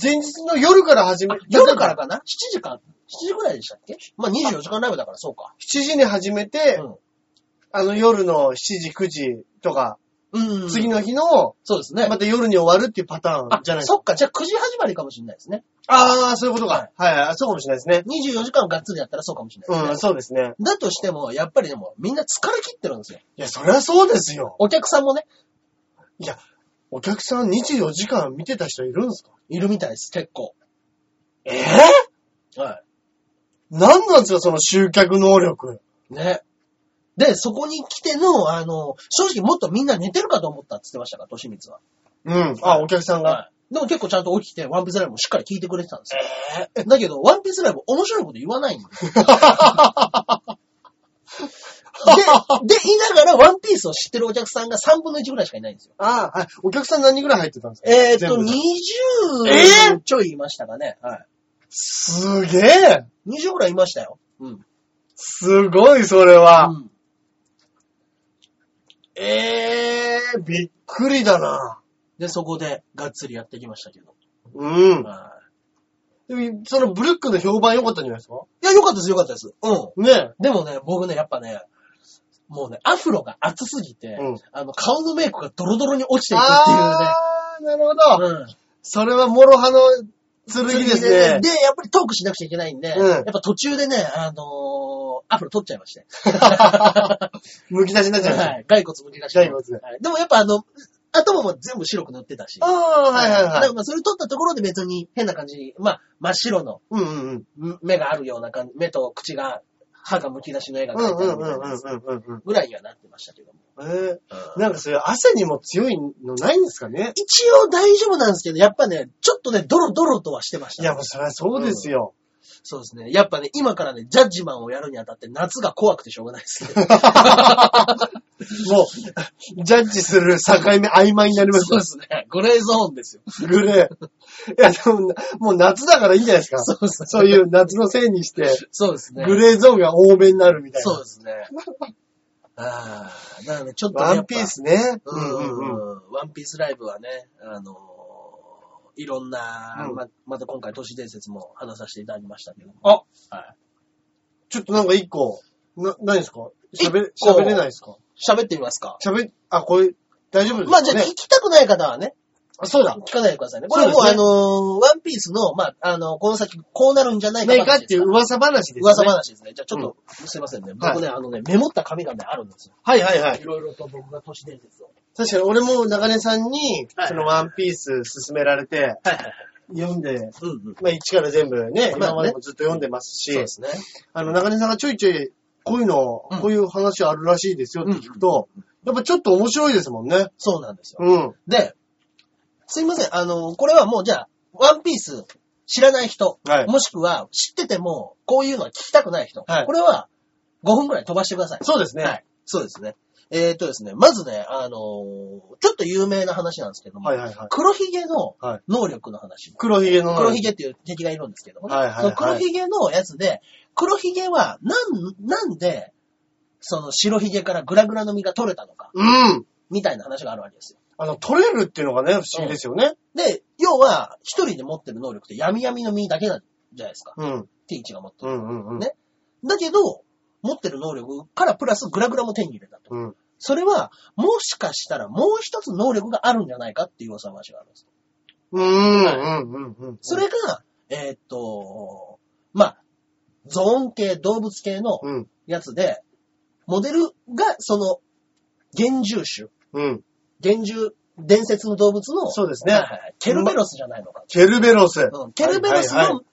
B: 前日の夜から始め、
A: 夜からかな ?7 時間 ?7 時ぐらいでしたっけまあ24時間ライブだからそうか。
B: 7時に始めて、
A: うん
B: あの夜の7時、9時とか、
A: うん
B: 次
A: の。
B: の日の、
A: そうですね。
B: また夜に終わるっていうパターンじゃないで
A: あ、
B: すか。
A: そっか、じゃあ9時始まりかもしれないですね。
B: ああ、そういうことか。はい、はい、そうかもしれないですね。
A: 24時間がっつりやったらそうかもしれない
B: うん、
A: ですね。
B: そうですね。
A: だとしても、やっぱりでも、みんな疲れ切ってるんですよ。
B: いや、そりゃそうですよ。
A: お客さんもね、
B: いや、お客さん24時間見てた人いるんですか
A: いるみたいです、結構。
B: ええ
A: は
B: なんなんですか、その集客能力。
A: い。ね。で、そこに来ての、あの、正直もっとみんな寝てるかと思ったって言ってましたから、としみつは。
B: うん。あ、お客さんが。
A: はい。でも結構ちゃんと起きて、ワンピースライブもしっかり聞いてくれてたんですよ。だけど、ワンピースライブ面白いこと言わないんですよで、で、いながらワンピースを知ってるお客さんが3分の1ぐらいしかいないんですよ。
B: ああ、はいお客さん何人ぐらい入ってたんですか
A: えーっと、
B: 全部でえ
A: 20
B: ー
A: ちょいいましたかね。は
B: すげえ
A: い。20ぐらいいましたよ。うん。
B: すごい、それは。
A: うん
B: ええびっくりだな。
A: で、そこで、がっつりやってきましたけど。
B: うん。
A: は
B: でもそのブルックの評判良かったんじゃないですか
A: い。いや、よかったです、よかったです。うん。
B: ね
A: でもね、僕ね、やっぱね、もうね、アフロが熱すぎて、
B: うん
A: あの、顔のメイクがドロドロに落ちていくって
B: ああ、
A: い
B: なるほど。
A: うね。うん。
B: それは、もろ刃の剣ですね
A: で、。やっぱりトークしなくちゃいけないんで、
B: うん
A: やっぱ途中でね、あのーアフロ取っちゃいまして。
B: むき出しになっちゃう。
A: はい。骸骨むき出して。
B: 骸骨
A: はいでもやっぱあの、頭も全部白く塗ってたし。
B: ああ、はいはい
A: だか
B: は
A: ら
B: い。
A: まあそれ取ったところで別に変な感じに、まあ、真っ白の
B: うんうんうん。
A: ん目があるような感じ、目と口が、歯がむき出しの絵が
B: うん
A: 描いて
B: う
A: あ
B: ん
A: る
B: う
A: みたい
B: んう
A: なん
B: うんうん。
A: ぐらいにはなってましたけども。
B: え
A: うん
B: ー、なんかそういう汗にも強いのないんですかね
A: 一応大丈夫なんですけど、やっぱね、ちょっとね、ドロドロとはしてました。
B: いや、もうそりゃそうですよ。
A: そうですね。や っぱね、今からね、ジャッジマンをやるにあたって夏が怖くてしょうがないですね。
B: もう、ジャッジする境目曖昧になります
A: そうですね。グレーゾーンですよ。
B: グレー。いや、でも、もう夏だからいいんじゃないですか。
A: そうですね。
B: そういう夏のせいにして、
A: そうですね。
B: グレーゾーンが多めになるみたいな。
A: そうですね。 ああ、だからね、ちょっとね
B: ワンピー。スね。
A: やっぱうんうんうん。ワンピースライブはね、あのーいろんな、
B: うん
A: ま、また今回都市伝説も話させていただきましたけども。
B: あ
A: は
B: ちょっとなんか一個、な、ないですか喋れ
A: 一、個
B: 喋れないですか
A: い。喋ってみますか。
B: 喋、あ、これ、大丈夫ですか
A: まあじゃあ
B: ね
A: 聞きたくない方はね、
B: あ、そうだ。
A: 聞かないでくださいね。これはもう
B: そうで
A: あ
B: す
A: のーワンピースの、まあ、あの、この先こうなるんじゃないか
B: 何かっていう噂話ですね。
A: 噂話ですね。じゃあちょっと、すいませんね。
B: はい
A: 僕ね、あのね、メモった紙がね、あるんですよ。
B: はいはいはい
A: い。ろいろと僕が都市伝説を。
B: 確かに俺も長根さんに
A: は、い
B: そのワンピース勧められて、
A: はいはいはい。
B: 読んで、
A: うんうん。
B: まあ一から全部ね、
A: まあね
B: 今までもずっと読んでますし、
A: そうですね。
B: あの、中根さんがちょいちょい、こういうの、
A: うん
B: こういう話あるらしいですよって聞くと、やっぱちょっと面白いですもんね。
A: そうなんですよ。
B: うん。
A: で、すいません。あの、これはもうじゃあ、ワンピース知らない人、
B: はい
A: もしくは知ってても、こういうのは聞きたくない人、
B: はい
A: これは5分くらい飛ばしてください。
B: そうですね。
A: はい。そうですね。えっ、とですね、まずね、あのーちょっと有名な話なんですけども、
B: はいはいはい。
A: 黒ひげの
B: はい
A: 能力の話。
B: 黒ひげの。
A: 黒ひげっていう敵がいるんですけどもね。
B: はいはいはい
A: その黒ひげのやつで、黒ひげはなん、なんで、その白ひげからグラグラの実が取れたのか、
B: うん。
A: みたいな話があるわけですよ。
B: あの、取れるっていうのがね、不思議ですよね。
A: で、要は、一人で持ってる能力って闇闇の実だけなんじゃないですか。
B: うん。
A: ティーチが持って
B: う
A: る。
B: んうんうん。
A: ねだけど、持ってる能力からプラスグラグラも手に入れたと。
B: うん。
A: それは、もしかしたらもう一つ能力があるんじゃないかっていう噂の話があるんです。
B: うんうんうんうん。
A: それが、えーっと、まあ、ゾーン系、動物系の
B: うん。
A: やつで、モデルがその、幻獣種、
B: うん。
A: 幻獣、伝説の動物の、
B: そうですね
A: はいはいはいケルベロスじゃないのか。
B: ケルベロス。
A: うんケルベロス
B: はいはいは
A: の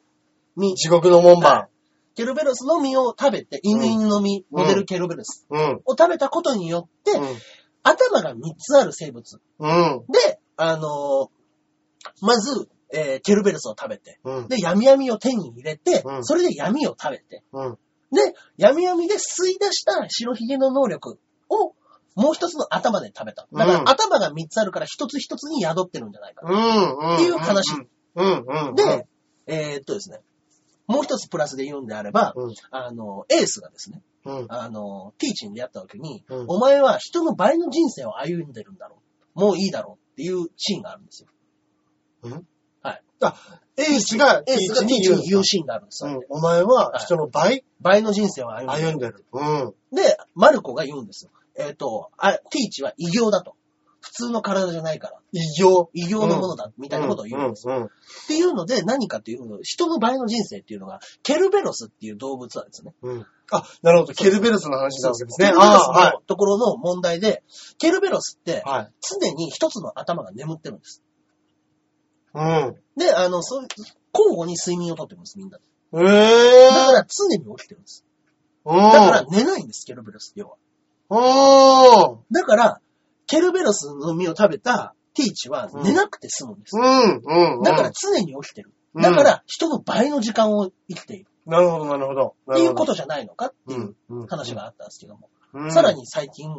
A: 実、
B: 地獄の門番。
A: ケルベロスの実を食べて、犬犬の実、
B: うん
A: モデルケルベロス
B: うん。
A: を食べたことによって、頭が3つある生物。
B: うん。
A: で、あのーまず、えーケルベロスを食べて、
B: うん。
A: で、闇闇を手に入れて、
B: うん
A: それで闇を食べて、
B: うん。
A: で、闇闇で吸い出した白ひげの能力を、もう一つの頭で食べた。だから、
B: うん
A: 頭が3つあるから一つ一つに宿ってるんじゃないか。
B: うん。
A: っていう話。
B: うんうん。
A: で、、えーっとですね、もう一つプラスで言うんであれば、
B: うん。
A: あの、エースがですね、
B: うん。
A: あの、ティーチに出会った時に、
B: うん
A: お前は人の倍の人生を歩んでるんだろう。もういいだろうっていうシーンがあるんですよ。
B: エースが、
A: エースがティーチに言うシーンがあるんです
B: う
A: よ。
B: ん。お前は人の倍
A: 倍の人生を歩んでる。
B: 歩んでる。うん。
A: で、マルコが言うんですよ。えっ、とあ、ティーチは異形だと。普通の体じゃないから。
B: 異常。
A: 異形のものだ、み
B: み
A: たいなことを言うんですよ。
B: うん。
A: っていうので、何かというと、人の倍の人生っていうのが、ケルベロスっていう動物なんですね。
B: うん。あ、なるほど。ケルベロスの話なんですね。
A: ケルベロス
B: あ
A: のところの問題で、ケルベロスって
B: あ、、はい。
A: 常に一つの頭が眠ってるんです。
B: はい。
A: で、あの、そう、交互に睡眠をとってるんです、みんな。
B: うん。え
A: だか
B: え
A: ら常に起きてるんです。
B: ー。
A: だから寝ないんです、ケルベロス、要は。
B: うん。うん。
A: だから、ケルベロスの実を食べたティーチは寝なくて済むんです。
B: うん。うん。
A: だから、常に起きてる。
B: うん
A: だから、人の倍の時間を生きている
B: なるほど、なるほど。
A: っていうことじゃないのかっ
B: う。
A: ていうん
B: うん
A: 話。があったんですけども。
B: うん
A: さら。に最近、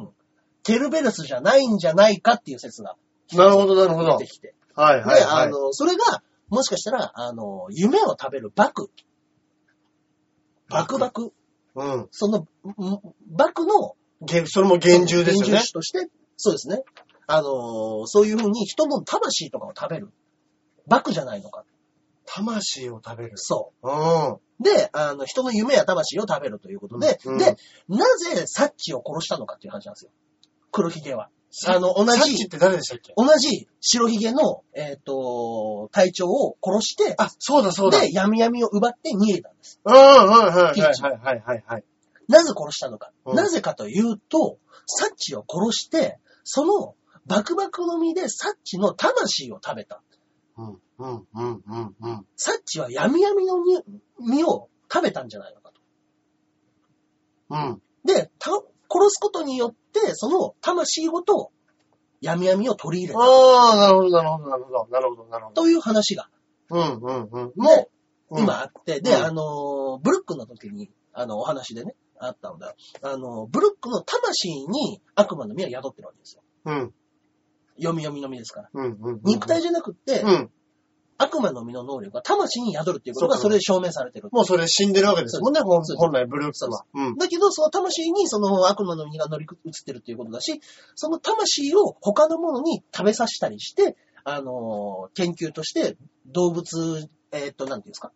A: ケルベロスじゃないんじゃないかっていう説が
B: なるほど、なるほど
A: 出て。きて。
B: はい、はい。
A: で、
B: は
A: あ
B: い
A: の、それが、もしかしたら、あの、夢を食べるバク。バクバク。
B: うん。
A: その、んバクの
B: げそれも厳重ですよね
A: 幻獣。種として、そうですね。あのーそういうふうに人の魂とかを食べる。バクじゃないのか。
B: 魂を食べる。
A: そ
B: うん。
A: う。で、あの、人の夢や魂を食べるということで、
B: うん
A: で、なぜサッチを殺したのかっていう話なんですよ。黒ひげは。あの、同
B: サッチ
A: じ
B: っ、て誰でしたっけ
A: 同じ白ひげの、えっ、と、隊長を殺して、
B: あ、そうだ、そうだ。うん、
A: で、闇闇を奪って逃げたんです。
B: はい、はい、
A: ティ
B: は
A: ー
B: い
A: チ、
B: はい、はい、はい。
A: なぜ殺したのか。
B: うん
A: なぜかというと、サッチを殺して、その、バクバクの実でサッチの魂を食べた。
B: うん、うん、うん、うん、うん。
A: サッチは闇闇の実実を食べたんじゃないのかと。
B: うん。
A: で、た殺すことによって、その魂ごと闇闇を取り入れた。
B: ああ、なるほど、なるほど、なるほど、なるほど、なるほど。
A: という話が、
B: うん、うん、うん。
A: も
B: うん
A: 今あって、で、
B: うん
A: あのーブルックの時に、あの、お話でね、あったのだ。あの、ブルックの魂に悪魔の実は宿ってるわけですよ。
B: うん。
A: 読み読みの実ですから。
B: うん。うん。
A: 肉体じゃなくって、
B: うん。
A: 悪魔の実の能力が魂に宿るっていうことが
B: そう
A: それで証明されてる。
B: もうそれ死んでるわけですもんね、本
A: そうです
B: 本来、ブルークスは。うん。
A: だけど、その魂にその悪魔の実が乗り移ってるっていうことだし、その魂を他のものに食べさせたりして、あのー、研究として動物、えーっと、なんていうんですか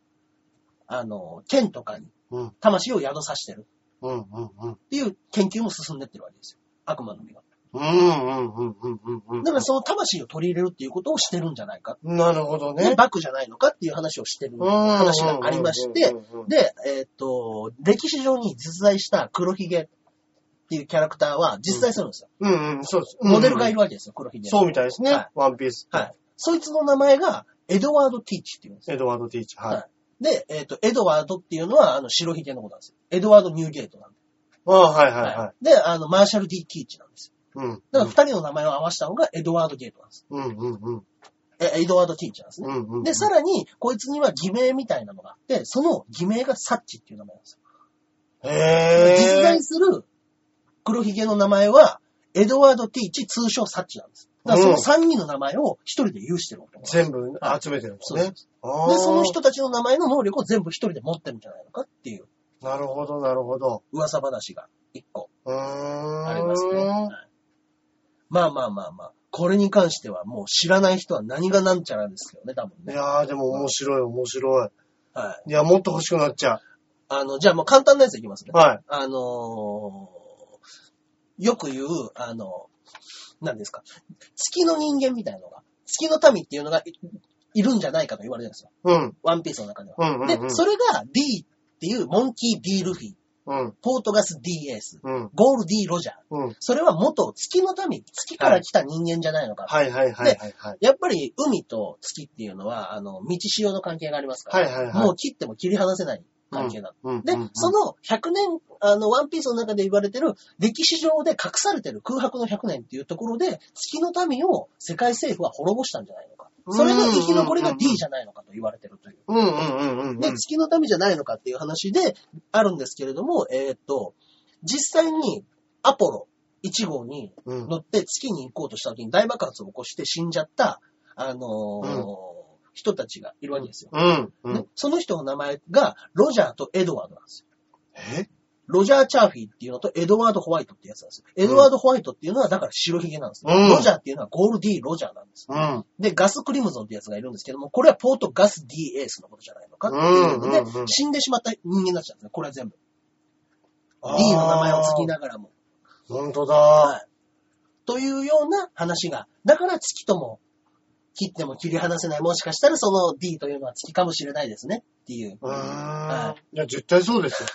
A: あのー、剣とかに
B: うん。
A: 魂を宿させてる
B: うん。うん。うん。
A: っていう研究も進んでってるわけですよ。悪魔の実が。
B: うん。うん。うん。うん。うん。うん
A: だからその魂を取り入れるっていうことをしてるんじゃないか。
B: なるほど
A: ね、
B: ね。
A: バクじゃないのかっていう話をしてる話
B: 話
A: がありまして、で、えーっと、歴史上に実在した黒ひげっていうキャラクターは実在するんですよ。
B: うんうん、そうです。
A: モデルがい
B: る。
A: るわけですよ、黒ひげ。
B: そうみたいですね。
A: は
B: ワンピース。
A: い。はい。そいつの名前が、エドワード・ティーチっていうんですよ。
B: エドワード・ティーチ。はい。
A: はいで、えっ、と、エドワードっていうのは、あの、白ひげのことなんですよ。エドワード・ニューゲートなんで。
B: ああ、はいはいはい。
A: で、あの、マーシャル・ディ・ティーチなんですよ。
B: うん。
A: だから、二人の名前を合わせたのが、エドワード・ゲートなんです。
B: うんうんうん。
A: え、エドワード・ティーチなんです
B: う
A: ね。
B: んうん。
A: で、さらに、こいつには偽名みたいなのがあって、その偽名がサッチっていう名前なんですよ。
B: へぇー。
A: 実在する黒ひげの名前は、エドワード・ティーチ、通称サッチなんです。だから、その三人の名前を一人で有してる男なんです
B: 全部集めてるんです
A: そうです
B: ね。あ
A: で、
B: ー
A: その。人たちの名前の能力を全部一人で持ってるんじゃないのかっていう
B: なるほど、なるほど。
A: 噂話が一個
B: うーん。
A: ありますね。はいまあまあまあまあ、これに関してはもう知らない人は何がなんちゃらですけどね、多分
B: い
A: ね。
B: やー、でも面白い、面白い。
A: はい。
B: いや、もっと欲しくなっちゃ
A: あの、じゃあもう簡単なやついきますね
B: う。。はい。
A: あのーよく言う、あの何ですか、月の人間みたいなのが、月の民っていうのがいいるんじゃないかと言われるんですよ。
B: うん。
A: ワンピースの中では。
B: うんうんうん。
A: で、それが D っていうモンキー・ D ・ルフィ、
B: うん。
A: ポートガス・ D ・エース、
B: うん。
A: ゴール D ・ロジャー、
B: うん。
A: それは元月の民、月から来た人間じゃないのか。
B: はいはいはいはいはい。
A: やっぱり海と月っていうのは、あの、道潮の関係がありますか
B: はい
A: ら、
B: はいはい。
A: もう切っても切り離せない関係だ。
B: うん、うん
A: で、そ、の100年、あの、ワンピースの中で言われてる歴史上で隠されてる空白の100年っていうところで、月の民を世界政府は滅ぼしたんじゃないのか。それの生き残りが D じゃないのかと言われてるという。
B: うんうんうんうんうん。
A: で、月の民じゃないのかっていう話であるんですけれども、えーっと、実際にアポロ1号に
B: うん
A: 乗って月に行こうとした時に大爆発を起こして死んじゃった、あのー
B: うん
A: 人たちがいるわけですよ、
B: うん。うん
A: で。その人の名前がロジャーとエドワードなんですよ。
B: え
A: ロジャー・チャーフィーっていうのとエドワード・ホワイトってやつなんですよ。エドワード・ホワイトっていうのはだから白ひげなんですよ、
B: うん
A: ロジャーっていうのはゴール D ・ロジャーなんですよ。
B: うん。
A: で、ガス・クリムゾンってやつがいるんですけども、これはポート・ガス・ D ・エースのことじゃないのかっていうので、
B: うんうんうん
A: 死んでしまった人間になっちゃうんですね。これは全部。D の名前を継ぎながらも。
B: ほんとだ。
A: はい。というような話が。だから月とも切っても切り離せない。もしかしたらその D というのは月かもしれないですね。っていう。
B: うーん
A: はい
B: や、絶対そうですよ。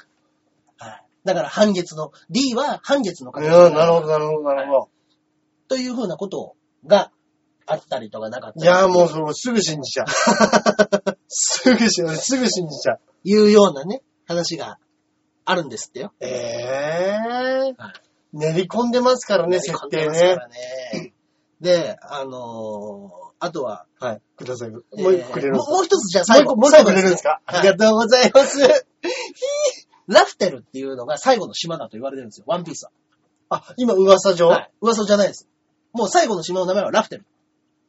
A: はい。だから半月の、D は半月の
B: い
A: 形
B: や、なるほど、なるほど、なるほど。
A: というふうなことがあったりとかなかったり
B: いやーもうそのすぐ信じちゃう。 すぐ信じ、すぐ信じちゃう。
A: いうようなね、話があるんですってよ。
B: ええ
A: はい
B: 練り込んでますからね、設定ね。
A: ね。で、あのーあとは、
B: はい。ください。もう一個くれるんです
A: えーも
B: か
A: うもう一つじ
B: も
A: ゃあ
B: う
A: 最
B: 一
A: 後。
B: 個、もう一個くれるんですか
A: 最後
B: あ
A: ね
B: りがとうございます。
A: ラフテルっていうのが最後の島だと言われてるんですよ。ワンピースは。
B: あ、今噂上。
A: はい。噂じゃないです。もう最後の島の名前はラフテル。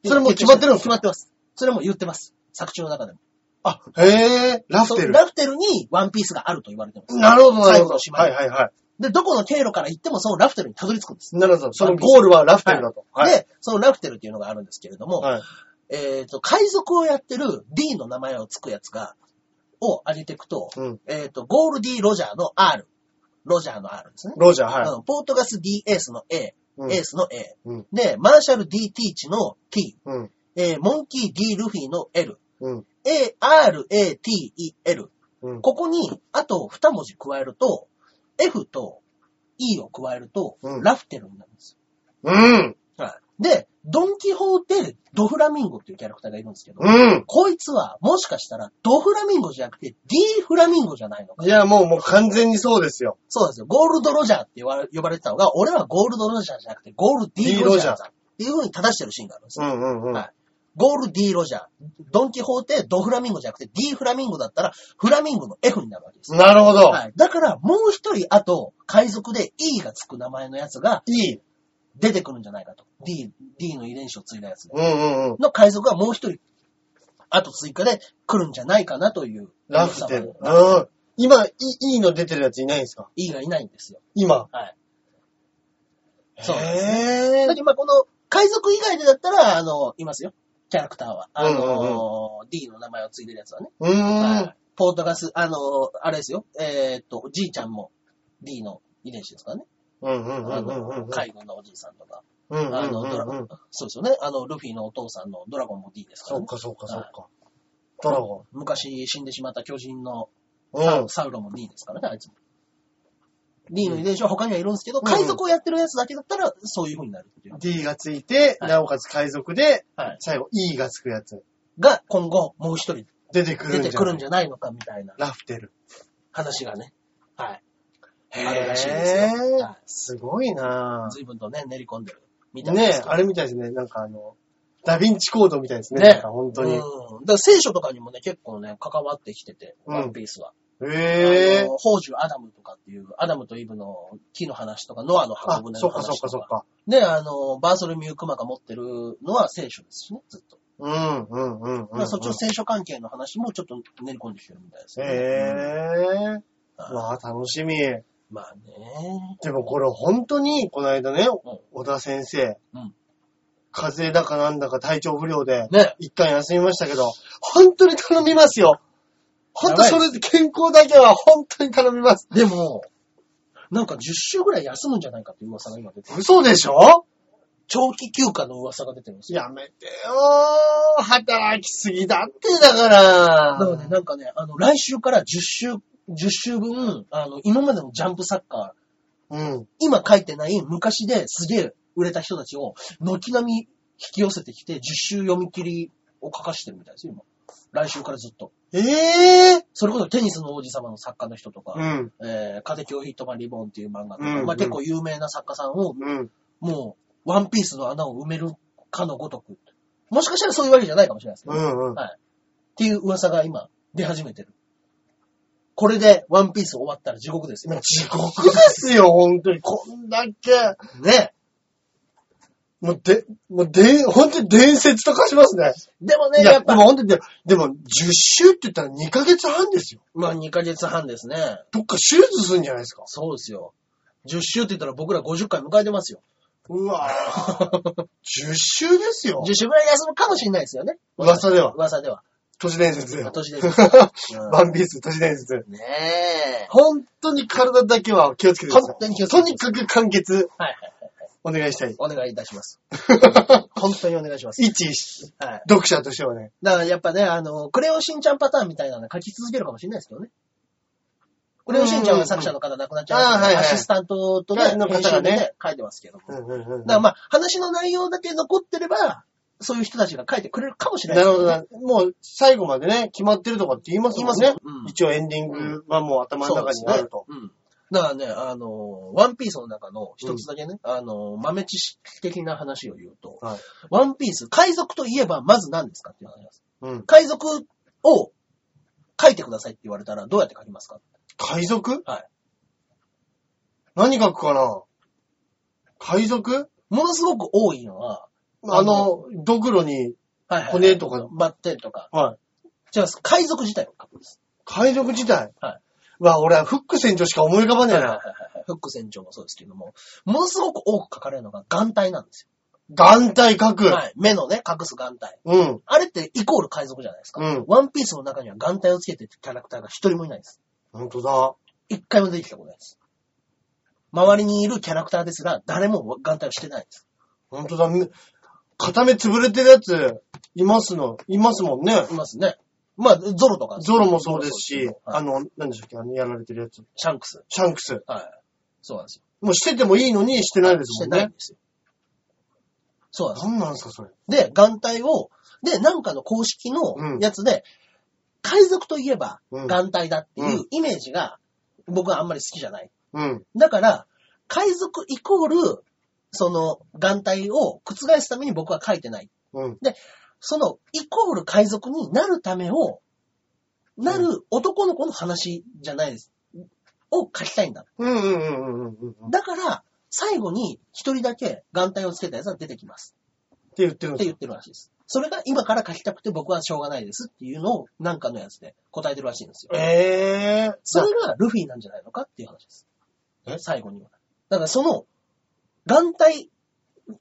B: それもう決まってるんです
A: 決
B: か
A: まってます。それも言ってます。作中の中でも。
B: あ、へえ、ラフテ
A: そ
B: ル
A: う。ラフテルにワンピースがあると言われてます。
B: なるほど、なる
A: 最
B: ほ
A: 後の
B: ど。
A: 島
B: はい
A: に。
B: はいは
A: で、どこの経路から行ってもそのラフテルにたどり着くんです。
B: い。なるほど。そのゴールはラフテルだと。はい。
A: で、そのラフテルっていうのがあるんですけれども、
B: はい。
A: えっ、と、海賊をやってる D の名前をつくやつが、を上げていくと、
B: うん。
A: えっ、と、ゴール D ロジャーの R。ロジャーの R ですね。
B: ロジャー、は
A: うんポートガス D エースの A、
B: うん
A: エースの A、
B: うん
A: で、マーシャル D ティーチの T、
B: い。うん。
A: えーモンキー D ルフィの L、
B: うん。
A: A、R、A、T、E、L。
B: うん。
A: ここに、あと2文字加えると、F と E を加えると、
B: うん
A: ラフテルになるんです
B: うん。
A: よ。はい。で、ドンキホーテ、ドフラミンゴっていうキャラクターがいるんですけど、
B: うん。
A: こいつは、もしかしたら、ドフラミンゴじゃなくて、D フラミンゴじゃないのか。
B: いや、もう、もう完全にそうですよ。
A: そうなんですよ。ゴールドロジャーって呼ばれ呼ばれてたのが、俺はゴールドロジャーじゃなくて、ゴール D ロジャーだっていう風に正してるシーンがあるんです
B: う
A: よ。
B: んうんうん。
A: はいゴール D ロジャー、ドンキホーテ、ドフラミンゴじゃなくて D フラミンゴだったら、フラミンゴの F になるわけです。
B: なるほど。
A: はい。だから、もう一人、あと、海賊で E がつく名前のやつが
B: いい。
A: 出てくるんじゃないかと。D、D の遺伝子を継いだやつが
B: うんうんうん。
A: の海賊がもう一人、あと追加で来るんじゃないかなという。
B: ラフテル。
A: ラフテル
B: うん。今、いいいの出てるやついないんですか
A: E がいないんですよ。
B: 今。
A: はい。そうなんですね。
B: へ
A: だ
B: ぇ
A: けど、まあ、この、海賊以外でだったら、あの、いますよ。キャラクターは。あの、D の名前を継いでるやつはね。
B: うーん
A: は。いポートガス、あの、あれですよ。えーっと、じいちゃんも D の遺伝子ですからね。
B: うんうんうん
A: あ
B: うんうん
A: の、海軍のおじいさんとか。
B: うんうん
A: あの、ドラ
B: うんうん。
A: そうですよね。あの、ルフィのお父さんのドラゴンも D ですか
B: そ
A: ら
B: っ
A: ね。
B: かそっかそっか。ドラゴ
A: 昔死んでしまった巨人の
B: ン。
A: サ
B: う
A: ウ
B: ん。
A: サウロンも D ですからね、あいつも。D の遺伝子は他にはいるんですけど、海賊をやってるやつだけだったら、そういう風になるっていう。
B: D がついて、
A: はい
B: なおかつ海賊で、
A: はい。
B: 最後 E がつくやつ。
A: が、今後、もう一人
B: 出てくる
A: 出
B: んじゃ
A: てくるんじゃないのか、みたいな
B: ラフテル。
A: 話がね。はい。
B: へ
A: あるらしいですよ。は。
B: すごいない
A: 随分とね、練り込んでる。みたいで
B: ね
A: すけど
B: あれみたいですね。なんかあの、ダヴィンチコードみたいですね。
A: ね
B: なんか本当に。
A: うん。だから聖書とかにもね、結構ね、関わってきてて、
B: うん
A: ワンピースは。
B: へ
A: あ
B: ぇ
A: の宝珠アダムとかっていう、アダムとイブの木の話とか、ノアの
B: あ
A: 箱、舟
B: そ
A: の
B: っかそっ
A: 話
B: か
A: と
B: そっ
A: か。
B: か。
A: で、あの、バーソルミュークマが持ってるのは聖書ですしね、ずっと。
B: うん、うん、うん。
A: まあ、そっちの
B: の
A: 聖書関係の話もちょっと練り込んできてるみたいですね。
B: へぇ
A: うん
B: ー。わあ、楽しみ。
A: まあね。
B: でもこれ本当に、この間ね、小田先生、
A: うん
B: 風邪だかなんだか体調不良で、
A: ね。
B: 一旦休みましたけど、本当に頼みますよ。本当
A: やば
B: そ
A: い
B: れで健康だけは本当に頼みます。
A: でも、なんか10週ぐらい休むんじゃないかっていう噂が今出てる。
B: 嘘でしょ
A: 長期休暇の噂が出てるんですよ。
B: やめてよー。働きすぎだってだか
A: だからね、
B: ら。
A: なんかね、あの、来週から10週、10週分、あの、今までのジャンプサッカー、
B: うん。
A: 今書いてない昔ですげえ売れた人たちを、軒並み引き寄せてきて、10週読み切りを書かしてるみたいですよ、今。来週からずっと。
B: ええ
A: それこそテニスの王子様の作家の人とか、
B: うん。
A: えー、風教ヒットマンリボンっていう漫画とか、
B: うんうん
A: まあ、結構有名な作家さんを、
B: うん。
A: もう、ワンピースの穴を埋めるかのごとく。もしかしたらそういうわけじゃないかもしれないですけ
B: う
A: ど、
B: んうん。
A: っていう噂が今、出始めてる。これで、ワンピース終わったら地獄ですよ。
B: 地獄ですよ、本当に。こんだけ。
A: ね。
B: もう、で、もう、で、本当に伝説とかしますね。
A: でもね、
B: い
A: や
B: や、
A: っ
B: で
A: ぱ、
B: も本当にで、でも、10週って言ったら2ヶ月半ですよ。
A: まあ2ヶ月半ですね。
B: どっか手術するんじゃないですか。
A: そうですよ。10週って言ったら僕ら50回迎えてますよ。
B: うわぁ。10週 ですよ。
A: 10週ぐらい休むかもしれないですよね。
B: 噂では
A: 噂では。
B: 都市伝説だよ。
A: 都市伝うん
B: ワンピース、都市伝説。
A: ねえ。
B: 本当に体だけは気をつけてくださ
A: 本
B: い。
A: 当に気をつけ
B: と
A: てください
B: にかく簡潔、
A: はいはい。
B: お願いしたい。
A: お願いいた します。本当にお願いします。
B: 一、
A: はい。
B: 読者としてはね。
A: だからやっぱね、あの、クレヨンしんちゃんパターンみたいなの書き続けるかもしれないですけどね。クレヨンしんちゃんは作者の方亡くなっちゃいまし
B: う
A: た
B: んうんうんあーはい
A: から
B: はい
A: アシスタントとね、
B: はいの方が
A: 編
B: ね
A: 集でね、書いてますけども。だ
B: うんうんうん
A: からまあ、話の内容だけ残ってれば、そういう人たちが書いてくれるかもしれな
B: ないる
A: です
B: ほ
A: け
B: ど
A: ね。
B: な。もう最後までね、決まってるとかって言いますもんね。
A: 言いますようん
B: 一応エンディングはもう頭の中にあると。
A: そうですね。うん。だからね、あの、ワンピースの中の一つだけね、あの、豆知識的な話を言うと、
B: はい
A: ワンピース、海賊といえばまず何ですかっていう話なんです。
B: うん。
A: 海賊を書いてくださいって言われたらどうやって書きますか
B: 海賊
A: はい。
B: 何書くかな海賊
A: ものすごく多いのは、
B: あの、ドクロに、
A: はいはい、
B: 骨とかの
A: バッテンとか。
B: はい。
A: 違います。海賊自体を書くんです。
B: 海賊自体。
A: はい。
B: わ、俺はフック船長しか思い浮かばねえ
A: はい
B: な。
A: はいはいフック船長もそうですけども、ものすごく多く書かれるのが眼帯なんです
B: 眼帯書く。
A: よ。はい。目のね、隠す眼帯。
B: うん。
A: あれってイコール海賊じゃないですか。
B: うん
A: ワンピースの中には眼帯をつけてるキャラクターが一人もいないです。
B: ほんとだ。
A: 一回も出てきたことないです。周りにいるキャラクターですら、誰も眼帯をしてないです。
B: ほんとだ。み片目潰れてるやつ、いますの。いますもんね。
A: いますね。まあ、ゾロとか。
B: ゾロもそうですし
A: ゾロ、
B: あ
A: もそうですけどはい
B: の、何でしたっけあの、やられてるやつ。
A: シャンクス。
B: シャンクス。
A: はい。そうなんですよ
B: もうしててもいいのにしてないです
A: して
B: もん
A: ないん
B: ね
A: で。すよ。そうなんですよ。
B: 何なんですか、それ。
A: で、眼帯を、で、なんかの公式のやつで、海賊といえば
B: うん
A: 眼帯だっていううイメージが僕はあんまり好きじゃない。
B: うん。
A: だから、海賊イコール、その眼帯を覆すために僕は書いてない。
B: うん。
A: その、イコール海賊になるためを、なる男の子の話じゃないです。を書きたいんだ。
B: うんうんうんうんうんうん。
A: だから、最後に一人だけ眼帯をつけたやつが出てきます。
B: って言ってるん
A: っ
B: で
A: て
B: す
A: 言ってるらしいです。それが今から書きたくて僕はしょうがないですっていうのをなんかのやつで答えてるらしいんですよ。
B: ええー。
A: それがルフィなんじゃないのかっていう話です。
B: え
A: 最後には。だからその、眼帯、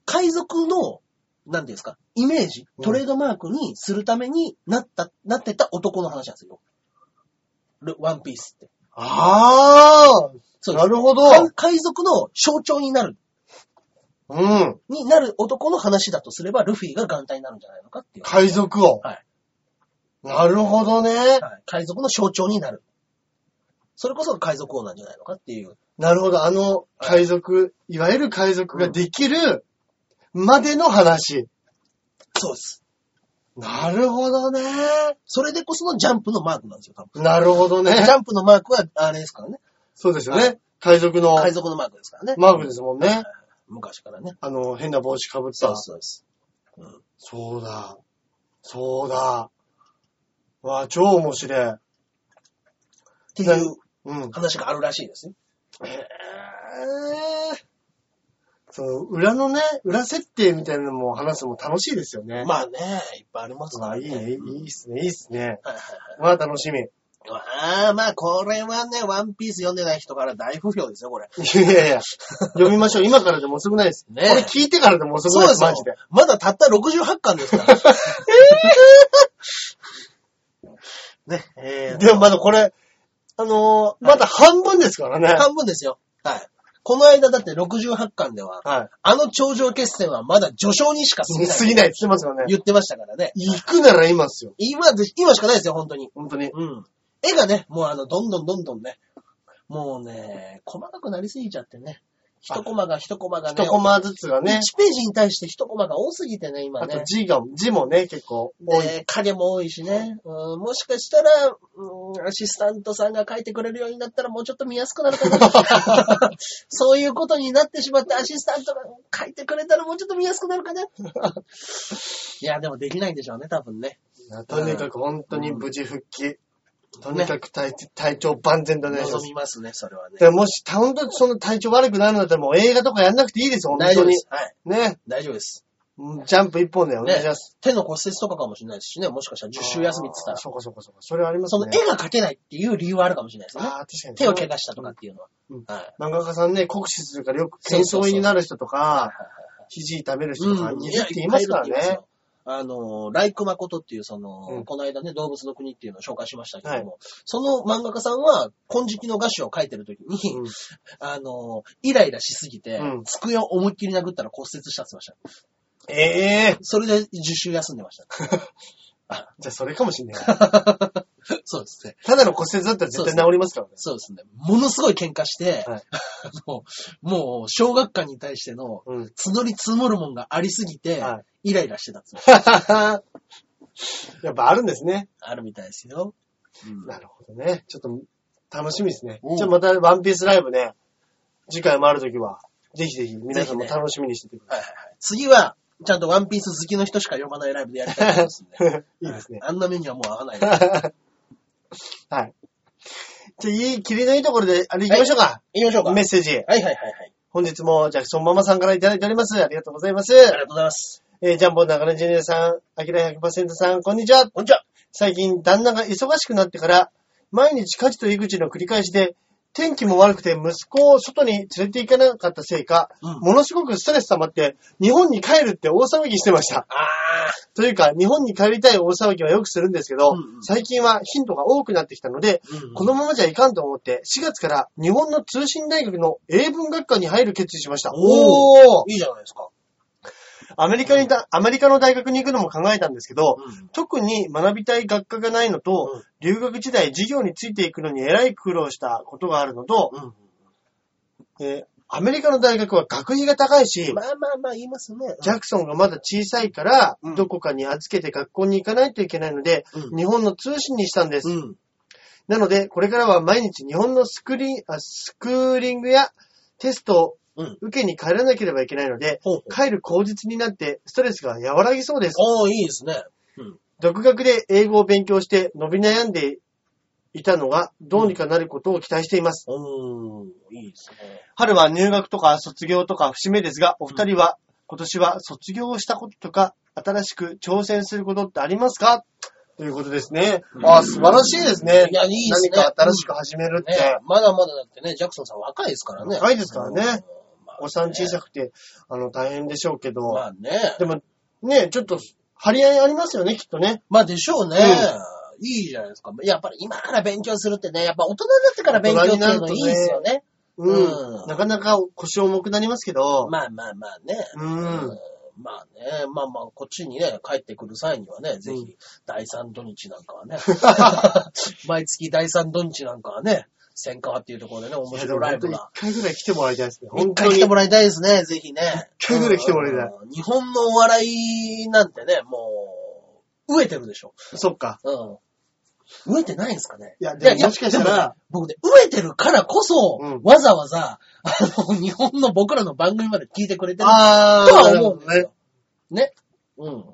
A: 海賊の、なんていうんですか、イメージ、
B: うん
A: トレードマークにするためになった、なってた男の話なんですよ。ルワンピースって。
B: ああ
A: そうで
B: な
A: す
B: るほど。
A: 海海賊の象徴になる、
B: うん。
A: になる男の話だとすれば、ルフィが眼帯になるんじゃないのかっていう。
B: 海賊を。
A: はい
B: なるほどね。
A: はい海賊の象徴になる。それこそ海賊王なんじゃないのかっていう。
B: なるほど。あの、海賊、いわゆる海賊ができるまでの話。
A: そうです。
B: なるほどね。
A: それでこそのジャンプのマークなんですよ、多分。
B: なるほどね
A: ジ。ャンプのマークは、あれですからね。
B: そうですよね。海賊の
A: 海賊のマークですからね。
B: マークですもんね。
A: 昔からね。
B: あの、変な帽子かぶっ
A: そう
B: た
A: です、。そうです。
B: そうだ。そうだ。わあ、超面白い。
A: っていう
B: うん。
A: 話があるらしいですね。
B: えーその、裏のね、裏設定みたいなのも話すのも楽しいですよね。
A: まあね、いっぱいありますか
B: まあ、い
A: らね。
B: いね、いいいいっすね、いいっすね。
A: はいはい
B: まあ、楽しみ。い
A: はい。ああ、まあこれはね、ワンピース読んでない人から大不評ですよ、これ。
B: やいやいや、読みましょう。今からでも遅くないです。
A: ねえ
B: これ聞いてからでも遅くないです、マジで。
A: まだたった68巻ですから。 ね、えー
B: でもまだこれ、あのーまだ半分ですからね。
A: 半分ですよ。はい。この間だって68巻では、
B: は
A: あの頂上決戦はまだ序章にしか過
B: い。
A: ぎない。
B: 過ぎないって言ってますよね。
A: 言ってましたからね。
B: 行くなら今っすよ。
A: 今で、今しかないですよ、本当に。
B: 本当に。
A: うん。絵がね、もうあの、どんどんどんどんね、もうね、細かくなりすぎちゃってね。一コマが一コマがね、
B: 一コマずつがね。
A: 1ページに対して一コマが多すぎてね、今
B: あと
A: ね。
B: 字が、字もね、結構多い。
A: で影も多いしね、うん。もしかしたら、うん、アシスタントさんが書いてくれるようになったらもうちょっと見やすくなる かな。そういうことになってしまって、アシスタントが書いてくれたらもうちょっと見やすくな るかな。いや、でもできないんでしょうね、多分ね。
B: いやとにかく本当に無事復帰。とにかく体,、体調万全だね。
A: 望みますね、それはね。
B: でもし、本当にその体調悪くなるんだったらもう映画とかやんなくていいですよ、本
A: 大丈
B: 当
A: 夫で
B: に
A: す。。はい。
B: ね。
A: 大丈夫です。
B: ジャンプ一本でお願いします。
A: 手の骨折とかかもしれないですしね、もしかしたら10週休みって言った
B: あー
A: ら。
B: そうかそうかそうか。それあります
A: その
B: ね。
A: 絵が描けないっていう理由はあるかもしれないですよね。
B: ああ、確かに。
A: 手を怪我したとかっていうのは。
B: うん
A: はい。
B: 漫画家さんね、酷使するからよく戦争になる人とか、肘痛める人とか、いる
A: い
B: っ
A: や
B: て言いますから。
A: っぱいいるって言います
B: ね。
A: よあの、ライクマコトっていう、その、
B: うん
A: この間ね、動物の国っていうのを紹介しましたけども、その漫画家さんは、金色の画集を描いてる時に、
B: うん
A: あの、イライラしすぎて、
B: うん
A: 机を思いっきり殴ったら骨折したって言ってました。
B: ええ
A: それで10週休んでま した。
B: じゃあそれかもしんない。
A: そうですね。
B: ただの骨折だったら絶対治りますからね。
A: そうですね。ものすごい喧嘩して、
B: はい
A: あのもう、小学館に対しての、
B: うん。
A: 募り積もるもんがありすぎて、
B: は
A: イライラしてたって言ってまし
B: やっぱあるんですね。
A: たあるみたいですよ。うん
B: なるほどね。ちょっと楽しみですね
A: うん。
B: じゃあまたワンピースライブね、次回もあるときは、ぜひぜひ皆さんも
A: ぜひね
B: 楽しみにしててくだ
A: 次は、ちゃんとワンピース好きの人しか読まないライブでやりたいと 思いますんで。
B: さい。いいですね。
A: あんな目にはもう合わない。
B: はい。じゃあいい、霧のいいところで、あれ行きましょうか。
A: 行きましょうか。
B: メッセージ。
A: はいはいはいはい。
B: 本日もジャクソンママさんからいただいております。ありがとうございます。
A: ありがとうございます。
B: えージャンボ中根ジュニアさん、アキラ100%さん、こんにちは。
A: こんにちは。
B: 最近旦那が忙しくなってから、毎日家事と育児の繰り返しで、天気も悪くて息子を外に連れて行かなかったせいか、
A: うん
B: ものすごくストレス溜まって、日本に帰るって大騒ぎしてました。
A: あ
B: というか、日本に帰りたい大騒ぎはよくするんですけど、
A: うんうん
B: 最近は頻度が多くなってきたので、
A: ー。うん
B: このままじゃいかんと思って、4月から日本の通信大学の英文学科に入る決意しました。
A: お
B: おー
A: いいじゃないですか。
B: アメリカにだ、アメリカの大学に行くのも考えたんですけど、
A: うん
B: 特に学びたい学科がないのと、
A: うん
B: 留学時代授業についていくのにえらい苦労したことがあるのと、えーアメリカの大学は学費が高いし、
A: まあまあまあ言いますね。
B: ジャクソンがまだ小さいから
A: うん、
B: どこかに預けて学校に行かないといけないので、
A: うん
B: 日本の通信にしたんです。
A: うん。
B: なので、これからは毎日日本のスクリーンあスクーリングやテスト
A: うん
B: 受けに帰らなければいけないので、
A: ほうほう。
B: 帰る口実になってストレスが和らぎそうです。
A: おー、いいですね。
B: 独学で英語を勉強して伸び悩んでいたのがどうにかなることを期待しています。
A: おー、いいですね。
B: 春は入学とか卒業とか節目ですが、お二人は今年は卒業したこととか、新しく挑戦することってありますかということですね。あー素晴らしいですね。
A: いやいいですね
B: 何か新しく始めるって。
A: ねまだまだだってね、ジャクソンさん若いですからね。
B: 若いですからね
A: うん。
B: お子さん小
A: さ
B: さくて、あの、大変でしょうけど。
A: まあね。
B: でも、ね、ちょっと、張り合いありますよね、きっとね。
A: まあでしょうね。
B: う
A: いいじゃないですか。やっぱり今から勉強するってね、やっぱ大人になってから勉強っていうのいいですよね。
B: うん。
A: うん
B: なかなか腰重くなりますけど。
A: まあまあまあね。
B: うん。
A: まあね、まあまあ、こっちにね、帰ってくる際にはね、ぜひ、第3土日なん かはね、毎月第3土日なんかはね、千川っていうところでね、面白いライブ
B: いやでも
A: が
B: 本。当に一回ぐらい来てもらいたいですね。
A: 一
B: 本当
A: 回
B: に。
A: 来てもらいたいですね、ぜひね。
B: 一回ぐらい来てもらいたい
A: うん日本のお笑いなんてね、もう、飢えてるでしょ。
B: そっか。
A: うん。飢えてないんですかね
B: いや、でももしかした、
A: いやでも
B: ら
A: ね、僕ね、飢えてるから こそ、
B: うん
A: わざわざ、あの、日本の僕らの番組まで聞いてくれてる
B: あ
A: とは
B: なるほ
A: 思うん
B: ど
A: です
B: ね。
A: よ。ね。うん。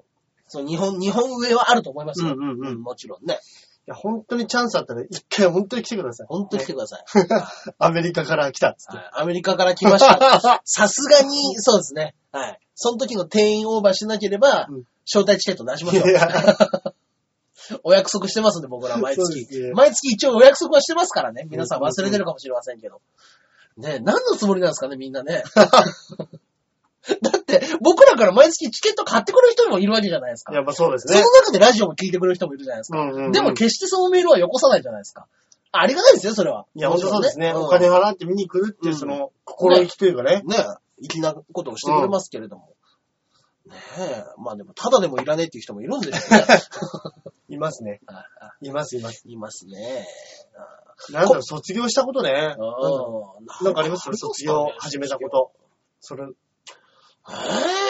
A: そう、日本、日本上はあると思います
B: うん
A: よ。
B: うんうん。い
A: もちろんね。
B: や、本当にチャンスあったら、一回本当に来てください。
A: 本当に来て
B: ね
A: ください。
B: アメリカから来たっつって。
A: はいアメリカから来 ました。さすがに、そうですね。はい。その時の定員オーバーしなければ
B: うん、
A: 招待チケット出しましょう
B: いや。
A: お約束してますんで、僕ら毎
B: そうで
A: 月
B: すね。
A: 毎月一応お約束はしてますからね。皆さん忘れてるかもしれませんけど。ねえ何のつもりなんですかね、みんなね。 だって、僕らから毎月チケット買ってくれる人もいるわけじゃないですか。
B: やっぱそうです
A: その
B: ね。
A: 中でラジオも聞いてくれる人もいるじゃないですか。
B: うんうんうん
A: でも決してそのメールはよこさないじゃないですか。ありがたいですよ、それは。
B: いや、本当そうですね。
A: も
B: お
A: ちろん
B: 金払って見に来るっていうう、
A: ん
B: その、心意気というかね。
A: ね、粋なことをしてくれますけれども。ねえ、まあでも、ただでもいらねえっていう人もいるんでしょうね。
B: いますね。
A: ああ
B: います、います。
A: いますね。
B: なんだろう、卒業したことね。なんだろう
A: な
B: なんかあります卒業始めたこ。と。それ、
A: ええ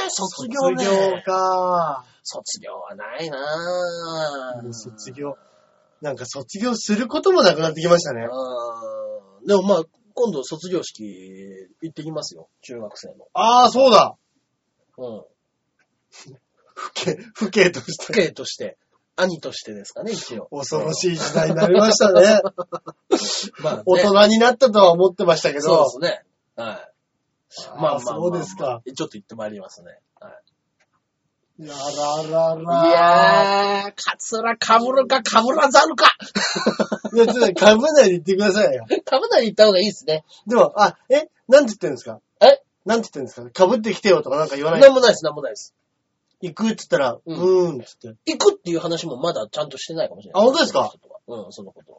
A: 卒業ね。
B: 卒業か。
A: 卒業はないな
B: も
A: ぁ
B: う卒業。なんか卒業することもなくなってきましたね。
A: うんでもまあ、今度卒業式行ってきますよ。中学生の。
B: ああ、そうだ。
A: うん。
B: 不敬、不敬とし
A: 父
B: て。
A: 兄として、兄としてですかね、一応。
B: 恐ろしい時代になりました ね。
A: まあね、
B: 大人になったとは思ってましたけど。
A: そうですね。はい。
B: あー
A: まあまあまあ
B: そうですか。
A: ちょっと行ってまいりますね。はい
B: あららら。
A: いやー、カツラかぶるかかぶらざるか。
B: いや、ちょっとかぶないで言ってくださいよ。
A: かぶないで行った方がいいですね。
B: でも、あ、え、なんて言ってんですか
A: え
B: なんて言ってんですかかぶってきてよとかなんか言わない
A: なんもないです、なんもないです。
B: 行くって言ったら、う
A: うん
B: ーんって言って。
A: 行くっていう話もまだちゃんとしてないかもしれない。
B: あ本当ですか
A: そのことはうん、そのことは。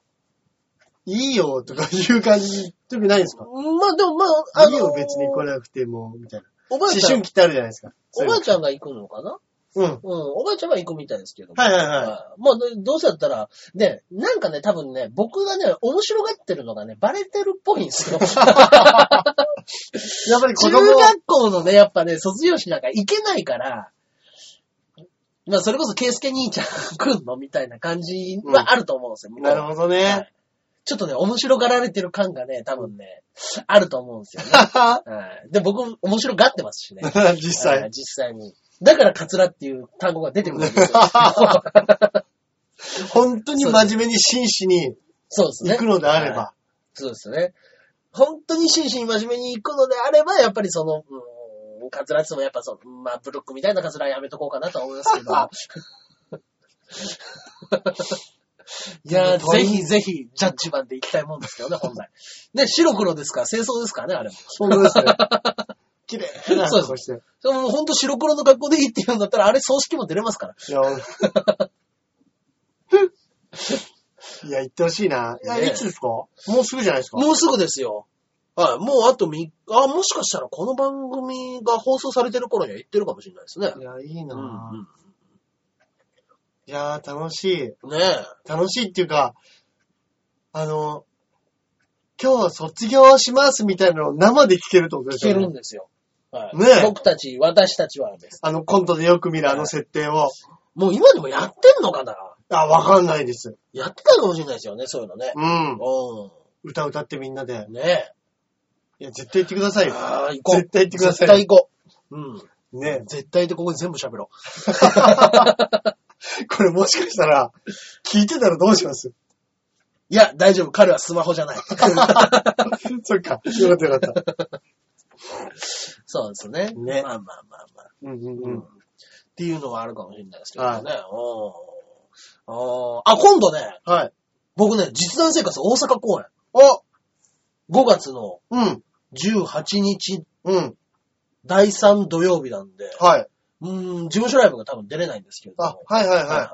B: いいよとかいう感じに言ってないんですか
A: まあでもまあ、あの
B: いいよ別に来なくても、みたいな。
A: おばあ
B: 思
A: ちゃん
B: 春、期ってあるじゃないですか。
A: おばあちゃんが行くのかな
B: うん。
A: うん、おばあちゃんは行くみたいですけど。
B: はいはいはい。
A: はいまあ、どどうせだったら、ね、なんかね、多分ね、僕がね、面白がってるのがね、バレてるっぽいんですよ。
B: やっぱり子
A: 中
B: 供、
A: 学校のね、やっぱね、卒業式なんか行けないから、まあ、それこそ、ケイスケ兄ちゃん来んのみたいな感じはあると思うんですよ。
B: なるほど
A: は
B: ね
A: い。ちょっとね、面白がられてる感がね、多分ね、あると思うんです よね。はいで、僕も面白がってますしね。
B: 実
A: は
B: 際
A: い。実際に。だから、カツラっていう単語が出てくる んですよ。
B: 本当に真面目に真摯に
A: そうですね。
B: 行くのであれば。
A: そうですね。本当に真摯に真面目に行くのであれば、やっぱりその、うーん、カツラっつってもやっぱその、まあ、ブロックみたいなカツラはやめとこうかなとは思いますけど。 いやー、ぜひぜひ、ジャッジ版で行きたいもんですけどね、本来。ね、白黒ですから、清掃ですからね、あれも。
B: 本当ですね。綺麗な顔して。
A: でも本当白黒の格好でいいって言うんだったら、あれ葬式も出れますから。
B: いや、いや、行ってほしいな。いや、
A: ねえ
B: いつですかもうすぐじゃないですか
A: もうすぐですよ。はい、もうあと3、あ、もしかしたらこの番組が放送されてる頃には行ってるかもしれないですね
B: い。や、いいうな、ぁ
A: ん
B: いやー、楽しい。
A: うん、ねえ。
B: 楽しいっていうか、あの、今日は卒業しますみたいなのを生で聞けるってことで
A: 聞
B: すよ
A: け
B: ね。
A: るんですよ。はい、
B: ねえ
A: 僕たち、私たちはです。
B: あの、コントでよく見るあの設定を。
A: もう今でもやってんのかな
B: あ、わかんないです。
A: やってたかもしれないですよね、そういうのね。
B: うん。
A: う
B: 歌歌ってみんなで。
A: ん。ねえ。
B: いや、絶対行ってくださいよ。
A: ああ、行こう。
B: 絶対行ってください。
A: 絶対行こう。うん。
B: ね。
A: 絶対でここで全部喋ろう。
B: これもしかしたら、聞いてたらどうします
A: いや、大丈夫。彼はスマホじ ゃない。
B: そっか。よかったよかった。
A: そうですね。
B: ね
A: まあまあまあまあ。
B: うんうん
A: う。
B: うんん
A: っ。ていうのがあるかもしれないですけどね。おーおーあ、今度ね、
B: はい。
A: 僕ね、実弾生活大阪公演。
B: お
A: 5月の
B: うん。
A: 18日、
B: うん。
A: 第3土曜日なんで、
B: はい。
A: うーん、事務所ライブが多分出れないんですけれど
B: あ
A: も、。
B: はいはい
A: はいはい
B: は。
A: はい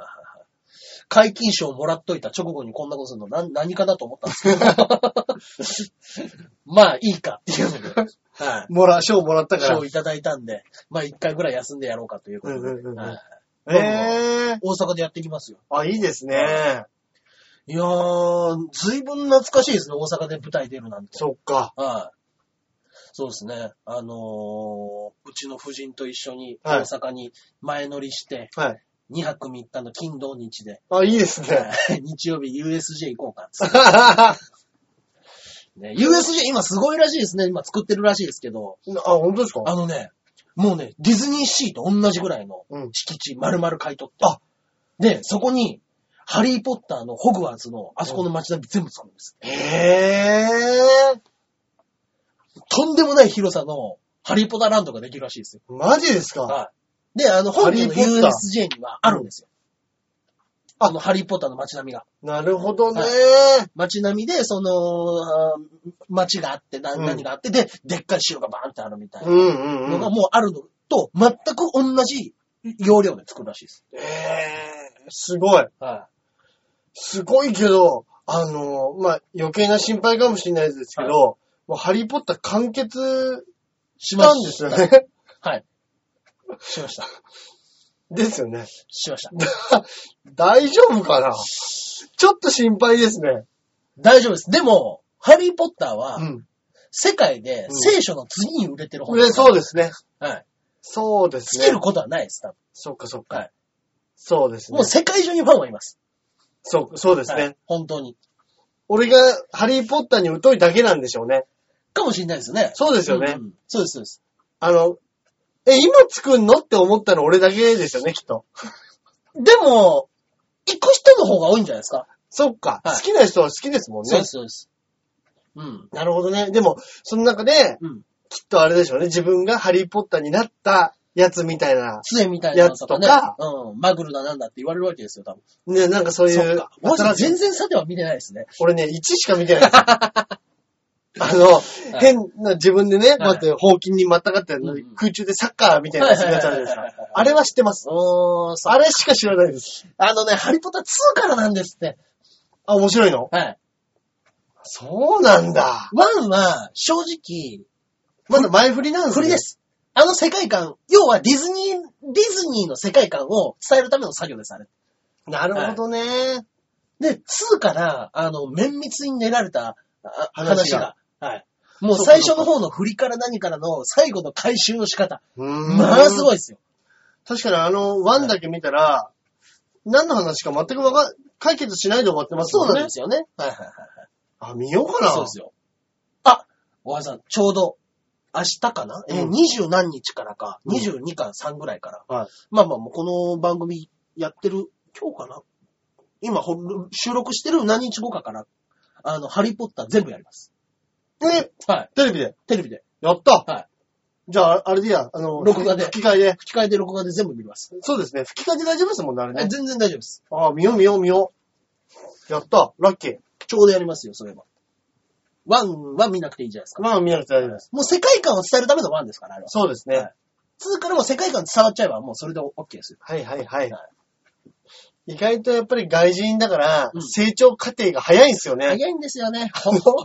A: 解禁賞をもらっといた直後にこんなことするの何何かなと思ったんですけど。 まあ、いいかっていうので。はい
B: もら、賞もらった
A: い。
B: から
A: 賞。いただいたんで、まあ一回ぐらい休んでやろうかということで。
B: うんうんうんうん
A: はい
B: ええ
A: 大阪でやってきますよ。
B: あ、いいですね。
A: いやー、ずいぶん懐かしいですね、大阪で舞台出るなんて。
B: そっか。
A: はい。そうですね。あのーうちの夫人と一緒に
B: は
A: 大
B: い
A: 阪に前乗りして、
B: はい。
A: 2泊3日の金土日で、
B: あ、いいですね。
A: 日曜日 USJ 行こうかっつっ
B: あ、
A: てね USJ 今すごいらしいですね。今作ってるらしいですけど、
B: 本当ですか
A: あのね、もうね、ディズニーシーと同じぐらいの
B: うん
A: 敷地丸々買い取って。で、そこに、ハリーポッターのホグワーツのあそこの街並み全部作るんです。
B: へえ
A: とんでもない広さのハリーポッターランドができるらしいですよ。
B: ー。マジですか
A: はい。で、あの、本
B: ハリ
A: 家
B: ー
A: の
B: ポッター
A: USJ にはあるんですよ。あの、ハリーポッターの街並みが。
B: なるほどね。
A: 街並みで、その、あー街があって、な
B: うん
A: 何があって、で、でっかい城がバーンってあるみたいな
B: うんう
A: の
B: んう
A: が
B: ん。
A: もうあるのと、全く同じ容量で作るらしいです。
B: ええー、すごい。
A: は
B: すごいけど、あの、まあ、余計な心配かもしれないですけど、もうハリーポッター完結
A: い。
B: し
A: したま
B: んで
A: し
B: す
A: た。
B: よね。
A: はい。しました。
B: ですよね。
A: しました。
B: 大丈夫かなちょっと心配ですね。
A: 大丈夫です。でも、ハリーポッターは、
B: ん。
A: 世界
B: う
A: で
B: ん
A: 聖書の次に売れてる本
B: えそうですね。
A: はい。
B: そうですね。
A: 尽きることはないです、多分。
B: そっかそっか。
A: はい。
B: そうですね。
A: もう世界中にファンはいます。
B: そう、そうですね。
A: はい。本当に。
B: 俺がハリーポッターに疎いだけなんでしょうね。
A: かもしれないですね。
B: そうですよね。
A: うんうんそうです、そうです。
B: あの、え、今作んのって思ったの俺だけですよね、きっと。
A: でも、行く人の方が多いんじゃないですか。
B: そっか、
A: はい
B: 好きな人は好きですもん
A: そう
B: ね
A: で。す、そうです。うん。
B: なるほどね。でも、その中で、
A: うん。
B: きっとあれでしょうね。自分がハリーポッターになったやつみたいな、
A: 杖みたいなのね
B: やつとか
A: うん。マグルだなんだって言われるわけですよ、多分。
B: ね、なんかそうい
A: そうっ、か。私
B: 新しい
A: 全然さては見てないですね。
B: 俺ね、1しか見てないで す。あの、変な自分でね、こうやって、ほうきにまたがって、
A: うん
B: 空中でサッカーみたいなやつやつあるじゃないです
A: はいはいはいはい
B: か
A: はい。
B: あれは知ってます。
A: おー、
B: あれしか知らないです。
A: あのね、ハリポタ2からなんですって。
B: あ、面白いの
A: はい。
B: そうなんだ。
A: 1は、正直、
B: まだ前振りなんです
A: 振りです。あの世界観、要はディズニー、ディズニーの世界観を伝えるための作業です、あれ。
B: なるほどね。
A: で、2から、あの、綿密に練られたあ
B: 話
A: 話
B: が
A: が。はい。もう最初の方の振りから何からの最後の回収の仕方。まあ、すご
B: い。
A: いですよ。
B: 確かにあの、ワンだけ見たら、何の話か全くわかん、解決しないで終わってます
A: そ
B: も
A: うんなん
B: ね
A: で。すよね。はいはいはい。
B: あ、見ようかな。
A: そうですよ。あ、おはさん、ちょうど、明日かな、え
B: う
A: ー、
B: ん
A: 20何日からか、
B: うん
A: 22か3ぐらいから。
B: はい
A: まあまあ、もうこの番組やってる、今日かな今、ほん収録してる何日後かから、あの、ハリーポッター全部やります。
B: え
A: はい。
B: テレビで。
A: テレビで。
B: やった。
A: はい
B: じゃあ、あれでいいや、あの、
A: 録画で
B: 吹き替えで。
A: 吹き替えで録画で全部見ます。
B: そうですね。吹き替えで大丈夫ですもんね、あれね
A: え。全然大丈夫です。
B: ああ、見よう見よう見よう。やった。ラッキー。
A: ちょうどやりますよ、それは。ワンは見なくていいじゃないですか。
B: まあ見なくて大丈夫です。
A: もう世界観を伝えるためのワンですから、あれは。
B: そうですね。
A: 2からもう世界観伝わっちゃえば、もうそれで OK ですよ。
B: はいはいはい
A: は。
B: 意外とやっぱり外人だから
A: う、ん
B: 成長過程が早いんですよね。
A: 早いんですよね。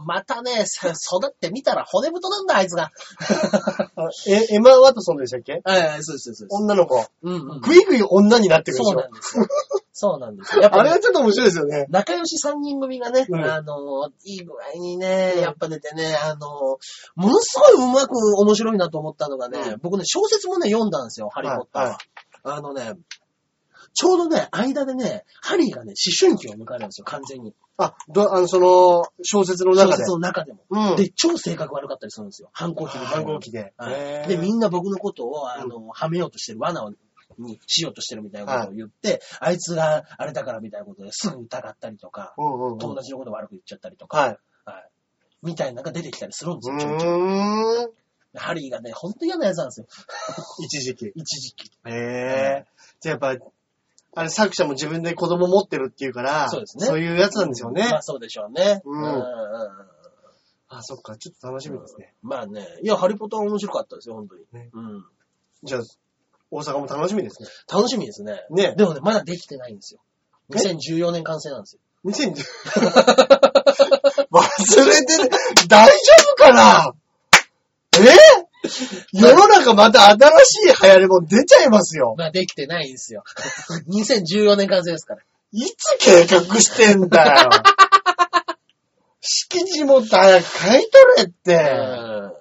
A: またね、さ育ってみたら骨太なんだ、あいつが。
B: あえ、エマ・ワトソンでしたっけ
A: はいはい、そうです、そうです。
B: 女の子。
A: うん、うん。
B: ぐいぐい女になってくるで
A: そ
B: し
A: うな
B: ょ。
A: んですよ。そうなんですよ。 やっぱ
B: あれ
A: ね、
B: はちょっと面白いですよね。
A: 仲良し3人組がね、
B: うん
A: あの、いい具合にね
B: う、ん
A: やっぱ出てね、あの、ものすごいうまく面白いなと思ったのがね、
B: うん
A: 僕ね、小説もね、読んだんですよ、ハリーポッターは。
B: はい
A: あのね、ちょうどね、間でね、ハリーがね、思春期を迎えるんですよ、完全に。
B: あ、ど、あの、その、小説の
A: 小
B: 中で。
A: 説の中でも。
B: うん。
A: で、超性格悪かったりするんですよ。反抗期に。
B: 反抗期で。
A: は
B: へー
A: い。で、みんな僕のことを、あの、はめようとしてる罠を、にしようとしてるみたいなことを言って、あいつがあれだからみたいなことですぐ疑ったりとか、
B: うんうんう
A: 友
B: ん。
A: 達のこと悪く言っちゃったりとか、
B: はい。
A: みたいなのが出てきたりするんです
B: う
A: よちょいちょい。
B: ーん。
A: ハリーがね、ほんと嫌な奴なんですよ。
B: 一時期。
A: 一時期。
B: へえ。じゃあやっぱ、あれ作者も自分で子供持ってるっていうから、
A: そうですね
B: そういうやつなんですよね。
A: まあそうでしょうね。
B: うん
A: うんうんうん
B: あ、そっか。ちょっと楽しみですね。
A: まあね、いや、ハリポタは面白かったですよ、本当に。
B: ね
A: うん。
B: じゃあ、大阪も楽しみですね。
A: 楽しみですね。
B: ね
A: でもね、まだできてないんですよ。
B: え
A: 2014年完成なんですよ。
B: 2010忘れてる。大丈夫かなえ世の中また新しい流行りも出ちゃいますよ。
A: まあできてないんですよ。2014年完成ですから。
B: いつ計画してんだよ。敷地も早く買い取れって。
A: うん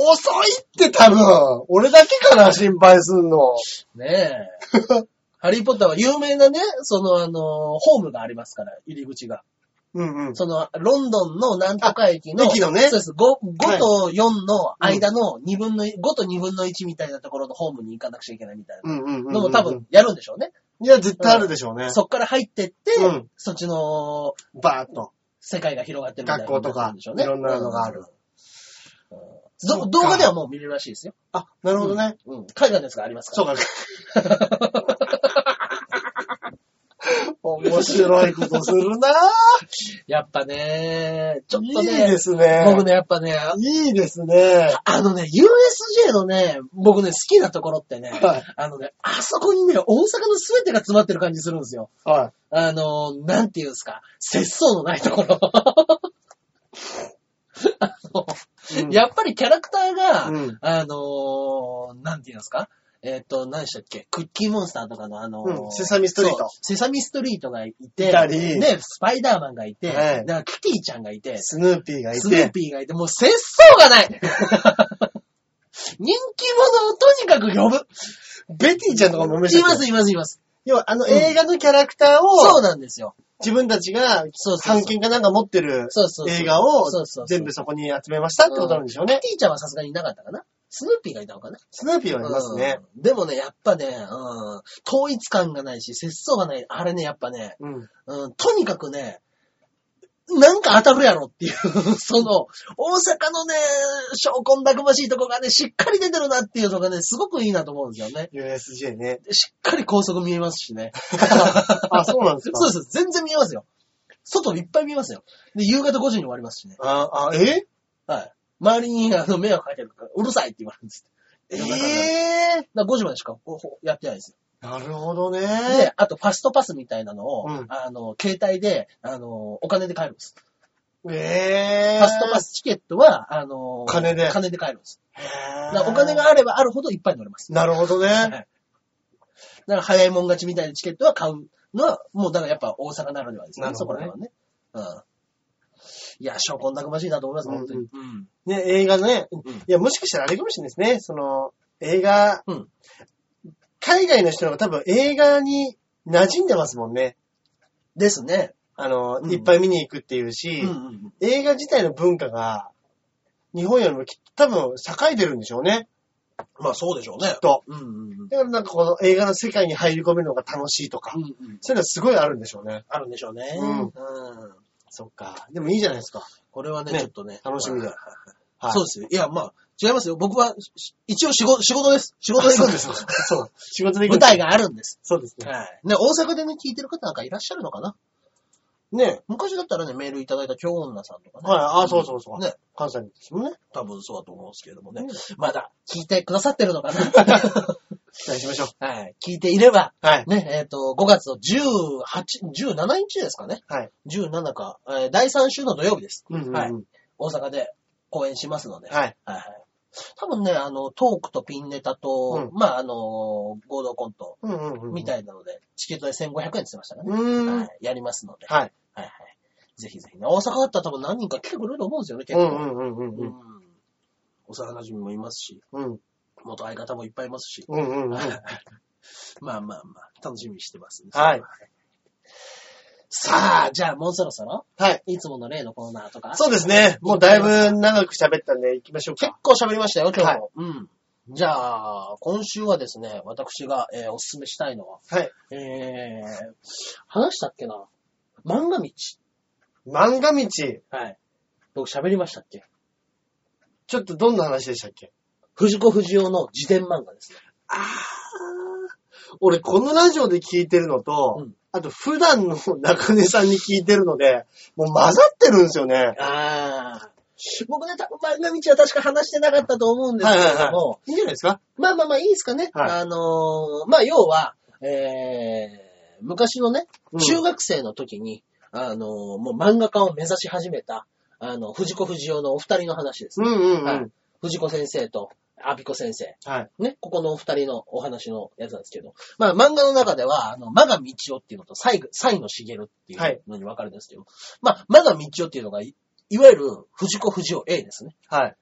B: 遅いって多分、俺だけかな、心配すんの。
A: ねえ。 ハリーポッターは有名なね、そのあの、ホームがありますから、入り口が。
B: うんうん。
A: その、ロンドンのなんとか駅の、
B: あ駅のね
A: そうです5。5と4の間の2分の、5と2分の1みたいなところのホームに行かなくちゃいけないみたい
B: うんうんうんう
A: な。
B: ん。
A: のも多分。やるんでしょうね。
B: いや、絶対あるでしょうね。
A: そっから入ってって、
B: うん
A: そっちの
B: バーッと。
A: 世界が広がってるみたいな
B: 学校とか
A: んでしょうね
B: いろんなのがある
A: うんうん
B: そっ
A: ど
B: か
A: 動画ではもう見れるらしいですよ。
B: あ、なるほどね。
A: うん。海外のやつがありますか
B: そ
A: ら。
B: うか。面白いことするなぁ。
A: やっぱね、ちょっ
B: い
A: と
B: い
A: ね、
B: ですね。
A: 僕ね、やっぱね、
B: いいですね。
A: あのね、USJ のね、僕ね、好きなところってね、
B: はい
A: あのね、あそこにね、大阪の全てが詰まってる感じするんですよ。
B: は
A: あの、なんていうんですか、節操のないところ。
B: い。
A: あの
B: うん
A: やっぱりキャラクターが、
B: うん
A: あのーなんていうんですかえっ、と、何でしたっけクッキーモンスターとかのあのー
B: うんセサミストリート
A: そうセサミストリートがいて、
B: いたり
A: ね、スパイダーマンがいて、
B: はい
A: だからキティちゃんがいて、
B: スヌーピーがい
A: スヌー
B: て、
A: ピーがいて、もう節操がない 人気者をとにかく呼ぶ。
B: ベティちゃんとかもめ
A: います、います、います。
B: 要は、あの映画のキャラクター
A: そう
B: を、
A: なんですよ。
B: 自分たちが、
A: そうそうそう
B: 関係かなんか持ってる
A: そうそうそう
B: 映画を
A: そうそうそう、
B: 全部そこに集めましたってことなんでしょうね。
A: キティちゃんはさすがにいなかったかなスヌーピーがいたのかな
B: スヌーピーはいますね。
A: うんでもね、やっぱね、うん、統一感がないし、節操がない。あれね、やっぱね、
B: うん。
A: うん、とにかくね、なんか当たるやろっていう、 その、大阪のね、昇魂だくましいとこがね、しっかり出てるなっていうのがね、すごくいいなと思うんですよね。
B: USJ ね。
A: でしっかり高速見えますしね。
B: あ、そうなんですか
A: そうです。全然見えますよ。外いっぱい見えますよ。で、夕方5時に終わりますしね。
B: あ、あ、え
A: はい。周りにあの迷惑かけるから、うるさいって言われるんです。
B: え
A: 夜中なん
B: え
A: でだから5時までしかほほやってないですよ。
B: なるほどね。
A: で、あとファストパスみたいなのを、
B: うん
A: あの、携帯で、あの、お金で買えるんです。
B: ええ
A: ファストパスチケットは、あの、
B: 金で
A: 金で買えるんです。
B: へ
A: だ
B: ー
A: からお金があればあるほどいっぱい乗れます。
B: なるほど
A: は
B: ね。
A: いだから早いもん勝ちみたいなチケットは買うのは、もうだからやっぱ大阪ならではですね。
B: なる
A: そ
B: ほ
A: こ
B: ど
A: ら
B: ね
A: 辺はね。うん。いや、証拠なくましいなと思います、本当に。うん。
B: ね、映画ね。
A: ん
B: いや、もしかしたらあれかもしれないですね。その、映画
A: うん。
B: 海外の人の方が多分映画に馴染んでますもんね。
A: ですね。
B: あの、
A: うん
B: いっぱい見に行くっていう
A: う
B: し、
A: んうんうん。
B: 映画自体の文化が、日本よりもきっと多分栄えてるんでしょうね。
A: まあそうでしょうね。
B: と。
A: うんうんうん。
B: だからなんかこの映画の世界に入り込めるのが楽しいとか、
A: うんうん。
B: そういうのはすごいあるんでしょうね。
A: あるんでしょうね。
B: うん
A: うん
B: そっか。でもいいじゃないですか。
A: これはね、
B: ね
A: ちょっとね。
B: 楽しみだ
A: はいはいはい
B: はい。
A: そうですよ。いや、まあ、違いますよ。僕は、し一応仕事、仕事です。仕事で行くんです。
B: あそうです。そうそう仕事で行く
A: 舞
B: んです
A: 台。があるんです。
B: そうですね。
A: はい。ね、大阪でね、聞いてる方なんかいらっしゃるのかな
B: ね
A: 昔だったらね、メールいただいた京女さんとかね。
B: はい。あ、そうそうそう。
A: ね。
B: 関西にですもんね。
A: 多分そうだと思うんですけれどもね。
B: うん
A: まだ、聞いてくださってるのかな
B: 期待しましょう。
A: はい。聞いていれば、
B: はい。
A: ね、えっ、と、5月の18、17日ですかね。
B: はい。
A: 17か、えー第3週の土曜日です。
B: うんうんうん
A: はい。大阪で公演しますので。
B: はい。
A: はいはい。多分ね、あの、トークとピンネタと、まあ、あの、合同コント
B: うんうんうん。
A: みたいなので、チケットで1500円って言ってましたからね。
B: うーん。
A: はい。やりますので。はい
B: はい。
A: はい。ぜひぜひね。大阪だったら多分何人か来てくれると思うんですよね、結
B: うん
A: 構。
B: うんうんうんうん。
A: うん幼馴染もいますし、
B: うん
A: 元相方もいっぱいいますし。
B: うんうんうん。
A: まあまあまあ、楽しみにしてます、ね
B: はい。
A: さあ、じゃあもうそろそろ、
B: はい。
A: いつもの例のコーナーとか。
B: そうですね。もうだいぶ長く喋ったんで行きましょう
A: 結
B: か。
A: 構喋りましたよ、今日も。うん。じゃあ、今週はですね、私が、えーおすすめしたいのは、
B: はい。
A: えー、話したっけな漫画道。
B: 漫画道、ち
A: はい。僕喋りましたっけ
B: ょっとどんな話でしたっけ
A: 藤子不二雄の自伝漫画ですね。
B: あー。俺、このラジオで聞いてるのと、
A: うん
B: あと普段の中根さんに聞いてるので、もう混ざってるんですよね。
A: ああ。僕ね、多分漫画道は確か話してなかったと思うんですけれども、
B: はいはいいいんじゃないですか
A: まあまあまあいいですかね。
B: はい
A: あのーまあ要は、えー、昔のね
B: うん、
A: 中学生の時に、あのーもう漫画家を目指し始めた、あの、藤子不二雄のお二人の話です
B: うん
A: ね。
B: うんうん。
A: は
B: はいい。
A: 藤子先生と、アビコ先生。
B: はい。
A: ね、ここのお二人のお話のやつなんですけど、まあ漫画の中では、あの、マガ道夫っていうのと、サイ、サイの茂っていうのに分かるんですけど、まあ、マガ道夫っていうのがい、いわゆる藤子不二雄 A ですね。
B: はい。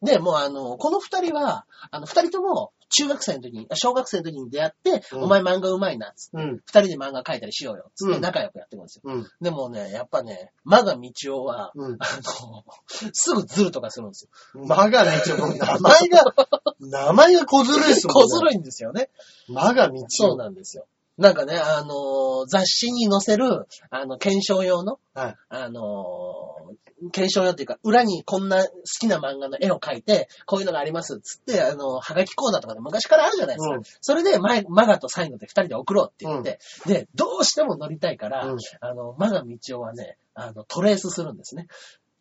A: で、もうあの、この二人は、あの、二人とも中学生の時に、あ小学生の時に出会って、
B: うん
A: お前漫画うまいな、つって。
B: うん。
A: 二人で漫画描いたりしようよ、つっ
B: う
A: て
B: ん
A: 仲良くやってくるんですよ。
B: うん。
A: でもね、やっぱね、マガ道夫は、
B: うん。
A: あの、 すぐズルとかするんですよ。
B: マガ道もう 名前が、名前が小ずるいですもんね。
A: こずるいんですよね。
B: マガ道。
A: そうなんですよ。なんかね、あのー雑誌に載せる、あの、検証用の、
B: はい
A: あのー検証用っていうか、裏にこんな好きな漫画の絵を描いて、こういうのがあります、つって、あの、はがきコーナーとかで昔からあるじゃないですか。
B: うん
A: それで、ママガとサイノで二人で送ろうって言って、で、どうしても乗りたいから、
B: うん
A: あの、マガ道夫はね、あの、トレースするんですね。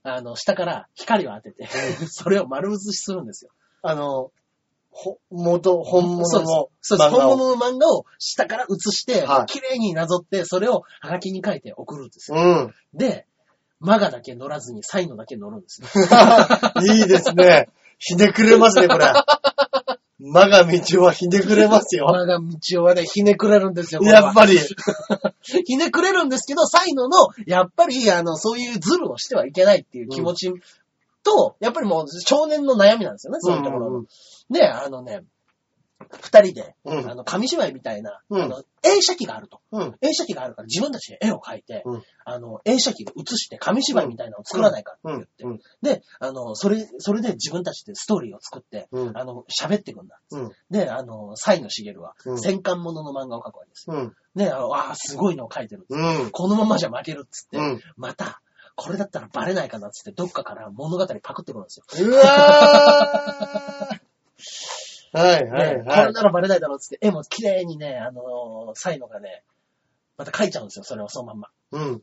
A: あの、下から光を当てて、 それを丸写しするんですよ。
B: あの、ほ、元、本物の
A: そうです。
B: 漫画
A: 本
B: を。
A: 物の漫画を下から写して
B: はい、
A: 綺麗になぞって、それをハガキに書いて送るんですよ。
B: うん。
A: で、マガだけ乗らずにサイノだけ乗るんですよ。
B: いいですね。ひねくれますね、これ。マガ道はひねくれます よ。
A: マガ道夫はね、ひねくれるんですよ。これは
B: やっぱり。
A: ひねくれるんですけど、サイノの、やっぱり、あの、そういうズルをしてはいけないっていう気持ちと、やっぱりもう少年の悩みなんですよね、そういうところの。
B: うんうん
A: で、あのね、二人で、
B: うん
A: あの、紙芝居みたいな、
B: うん
A: あの、映写機があると。
B: うん。
A: 映写機があるから自分たちで絵を描いて、
B: うん
A: あの、映写機で写して紙芝居みたいなのを作らないかって言って、
B: うん
A: で、あの、それ、それで自分たちでストーリーを作って、
B: うん
A: あの、喋っていくんだ。
B: うん。
A: で、あの、サイの茂は
B: う、ん
A: 戦艦ものの漫画を描くわけですよ。
B: うん。
A: で、あのあー、すごいのを描いてる。
B: うん。
A: このままじゃ負けるっつって、
B: うん
A: また、これだったらバレないかなっつって、どっかから物語パクってくるんですよ。
B: うわーはいはい
A: でこ
B: は
A: れ
B: い。
A: ならバレないだろうっつって、絵も綺麗にね、あのサイのがね、また描いちゃうんですよ、それをそのまんま。
B: うん。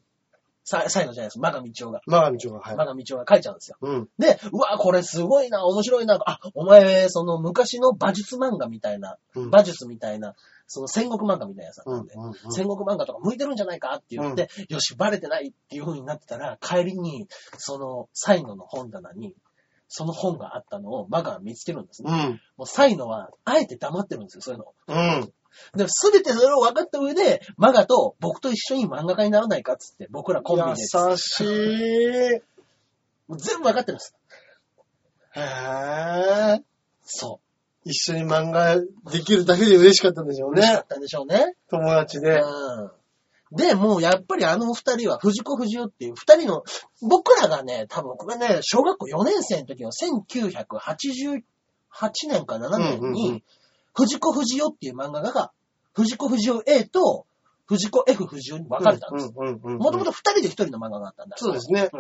A: サイのじゃないです、マガミチョウが。
B: マガ道は、はい。
A: マガミチョウが描いちゃうんですよ。
B: うん。
A: で、うわ、これすごいな、面白いな、あ、お前、その昔の馬術漫画みたいな、
B: うん
A: 馬術みたいな、その戦国漫画みたいなやつだったんで、
B: うんうんうん
A: 戦国漫画とか向いてるんじゃないかって言って、よし、バレてないっていう風になってたら、帰りに、その、サイノの本棚に、その本があったのをマガは見つけるんですね。
B: うん。
A: もうサイノは、あえて黙ってるんですよ、そういうのを。
B: うん。
A: で、すべてそれを分かった上で、マガと僕と一緒に漫画家にならないかっつって、僕らコンビで、
B: 優しい。へ
A: もう全部分かってるんです。
B: ー。
A: そ
B: 一緒に漫画できるだけで嬉しかったんでしょう
A: う。嬉しか
B: ね
A: っ。たんでしょうね。
B: 友達で。
A: うんで、もうやっぱりあの二人は藤子不二雄っていう二人の、僕らがね、多分これね、小学校4年生の時の1988年か7年に、
B: うんうんうん
A: 藤子不二雄っていう漫画家が、藤子不二雄 A と藤子 F 不二雄に分かれたんです。
B: うんうんうんうん。
A: もともと二人で一人の漫画があったんだ。
B: そうですね。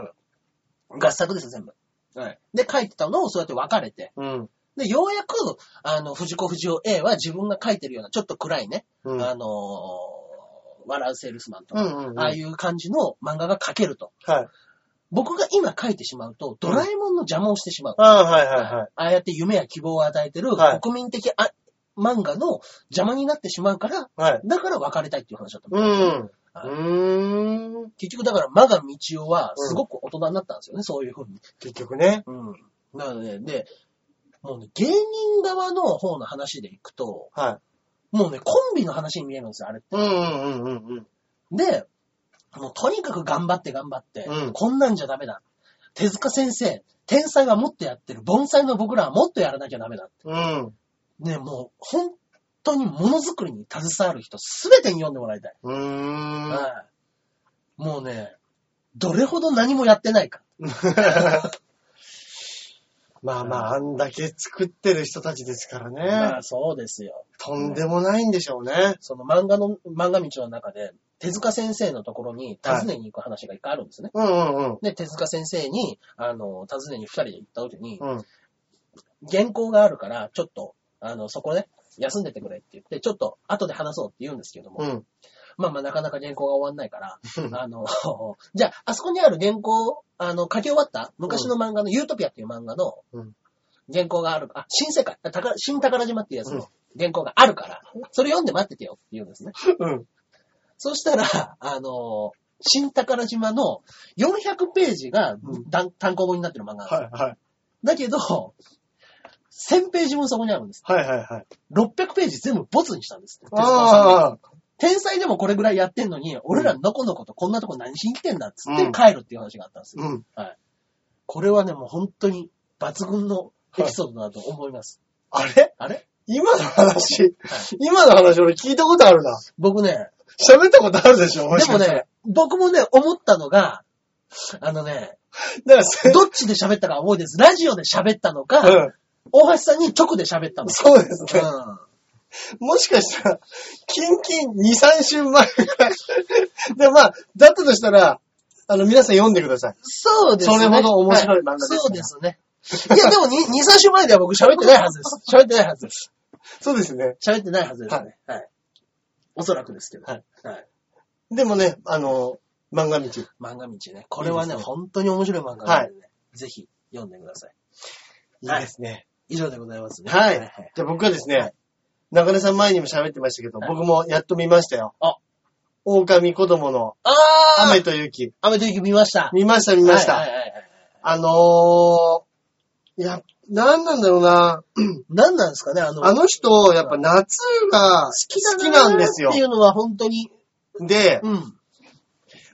A: 合作ですよ、全部。
B: はい。
A: で、書いてたのをそうやって分かれて。
B: うん。
A: で、ようやく、あの、藤子不二雄 A は自分が書いてるような、ちょっと暗いね、
B: うん。
A: あのー笑うセールスマンとか、
B: うんうんうん
A: ああいう感じの漫画が描けると。
B: はい。
A: 僕が今描いてしまうと、ドラえもんの邪魔をしてしまう。
B: ああ、はいはいはい。
A: ああやって夢や希望を与えてる
B: はい
A: 国民的あ、漫画の邪魔になってしまうから、
B: はい。
A: だから別れたいっていう話だったの。
B: うん。うーん。
A: 結局だから、マガミチオはすごく大人になったんですよね、そういう風に。
B: 結局ね。
A: うん。なので、で、もうね、芸人側の方の話でいくと、
B: は
A: もうね、コンビの話に見えるんですよ、あれって
B: い。うんうんうんうんうん。
A: で、もうとにかく頑張って頑張って、
B: うん
A: こんなんじゃダメだ。手塚先生、天才はもっとやってる。盆栽の僕らはもっとやらなきゃダメだ。
B: うん。
A: ね、もう、本当にものづくりに携わる人すべてに読んでもらいたい。
B: うーん。
A: はい。もうね、どれほど何もやってないか。
B: まあまあ、あんだけ作ってる人たちですからね。
A: まあそうですよ。
B: とんでもないんでしょうね。
A: その漫画の、漫画道の中で、手塚先生のところに訪ねに行く話が一回あるんですね。
B: うんうん
A: で、手塚先生に、あの、訪ねに二人で行った時に、
B: うん。うん。
A: 原稿があるから、ちょっと、あの、そこね、休んでてくれって言って、ちょっと後で話そうって言うんですけども、
B: うん。
A: まあまあなかなか原稿が終わんないから、あの、 じゃあ、あそこにある原稿、あの、書き終わった昔の漫画の、ユートピアっていう漫画の
B: うん、
A: 原稿がある、あ、新世界、あ宝新宝島っていうやつ
B: うん
A: の原稿があるから、それ読んで待っててよって言うんですね。
B: うん。
A: そしたら、あの、新宝島の400ページが
B: うん
A: 単単行本になってる漫画なんです
B: はいはい。
A: だけど、1000ページ分そこにあるんです。
B: はいはいはい。
A: 600ページ全部ボツにしたんですって。手塚さんが
B: ああ。
A: 天才でもこれぐらいやってんのに、俺らのこのことこんなとこ何しに来てんだっつっ
B: う
A: て
B: ん
A: 帰るっていう話があったんですよ。
B: うん。
A: これはね、もう本当に抜群のエピソードだと思います。
B: あれ
A: あれ
B: 今の話、今の話俺聞いたことあるな。
A: 僕ね、
B: 喋ったことあるでしょもし
A: でも
B: かしたら
A: ね、僕もね、思ったのが、あのね、
B: だからせ、
A: どっちで喋ったかは覚えてです。ラジオで喋ったのか、
B: うん。
A: 大橋さんに直で喋ったのか。
B: そうですね。
A: うん
B: もしかしたら、キンキン2、3週前ぐらい。で、まあ、だったとしたら、あの、皆さん読んでください。
A: そうですね。
B: それほど面白い漫画です
A: は
B: ね
A: そうですね。いや、でも2、2、3週前では僕喋ってないはずです。喋ってないはずです。
B: そうですね。
A: 喋ってないはずですね。はい。おそらくですけど。
B: はい。
A: はい。
B: でもね、あの、漫画道。
A: 漫画道ね。これはね、
B: いいですね
A: 本当に面白い漫画なのでね。ぜひ読んでください。
B: いいですね。
A: 以上でございますね。
B: はい。じゃあ僕はです
A: は
B: ね
A: い、
B: 中根さん前にも喋ってましたけど、
A: はい
B: 僕もやっと見ましたよ。
A: あ
B: 狼子供の
A: あー
B: 雨と雪。
A: 雨と雪見ました。
B: 見ました、見ました。
A: はいはいはいはい
B: あのー、いや、なんなんだろうな。
A: 何なんですかね、あの、
B: あ
A: 好
B: の人、やっぱ夏が好
A: きだ
B: きなんですよ
A: ってい。うのは本当に。
B: で、
A: うん。はい